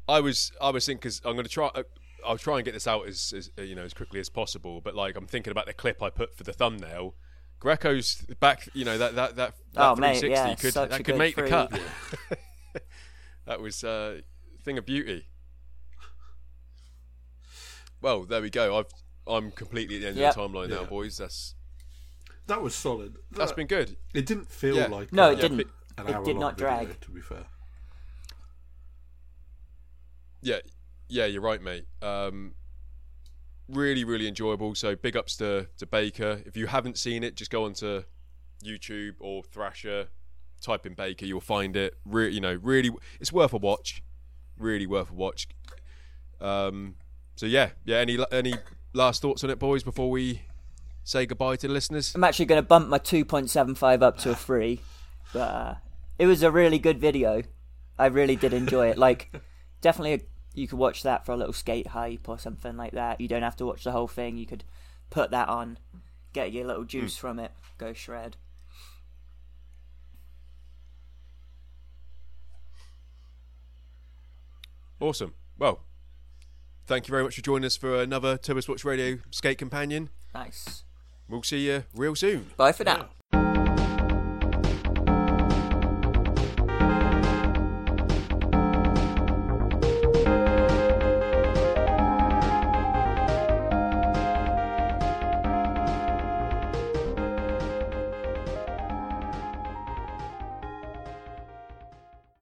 S1: I was I was thinking because I'm going to try. uh, I'll try and get this out as, as uh, you know as quickly as possible. But like I'm thinking about the clip I put for the thumbnail. Greco's back. You know that that that, that
S2: Oh, mate,
S1: 360
S2: yeah,
S1: could
S2: such
S1: that
S2: a
S1: could
S2: good
S1: make the
S2: free.
S1: cut. that was uh, thing of beauty. Well, there we go. I've I'm completely at the end
S2: Yep.
S1: of the timeline now,
S3: Yeah.
S1: boys. That's
S3: That was solid.
S1: that's
S3: That-
S1: been good.
S3: It didn't feel
S1: Yeah.
S3: like
S2: No,
S3: uh,
S2: it didn't.
S3: An
S2: It
S3: hour
S2: did
S3: long
S2: not
S3: video,
S2: drag.
S3: To be fair,
S1: Yeah, yeah, you're right, mate. Um, really, really enjoyable. So big ups to to Baker. If you haven't seen it, just go onto YouTube or Thrasher, type in Baker, you'll find it. Re- you know, really, it's worth a watch. Really worth a watch. Um, so yeah, yeah. Any any last thoughts on it, boys, before we say goodbye to the listeners?
S2: I'm actually going to bump my 2.75 up to a 3. But uh, it was a really good video. I really did enjoy it. Like, definitely a, you could watch that for a little skate hype or something like that. You don't have to watch the whole thing. You could put that on, get your little juice from it, go shred.
S1: Awesome. Well, thank you very much for joining us for another Turbo Sports Radio Skate Companion.
S2: Nice.
S1: We'll see you real soon.
S2: Bye for now.
S3: Yeah.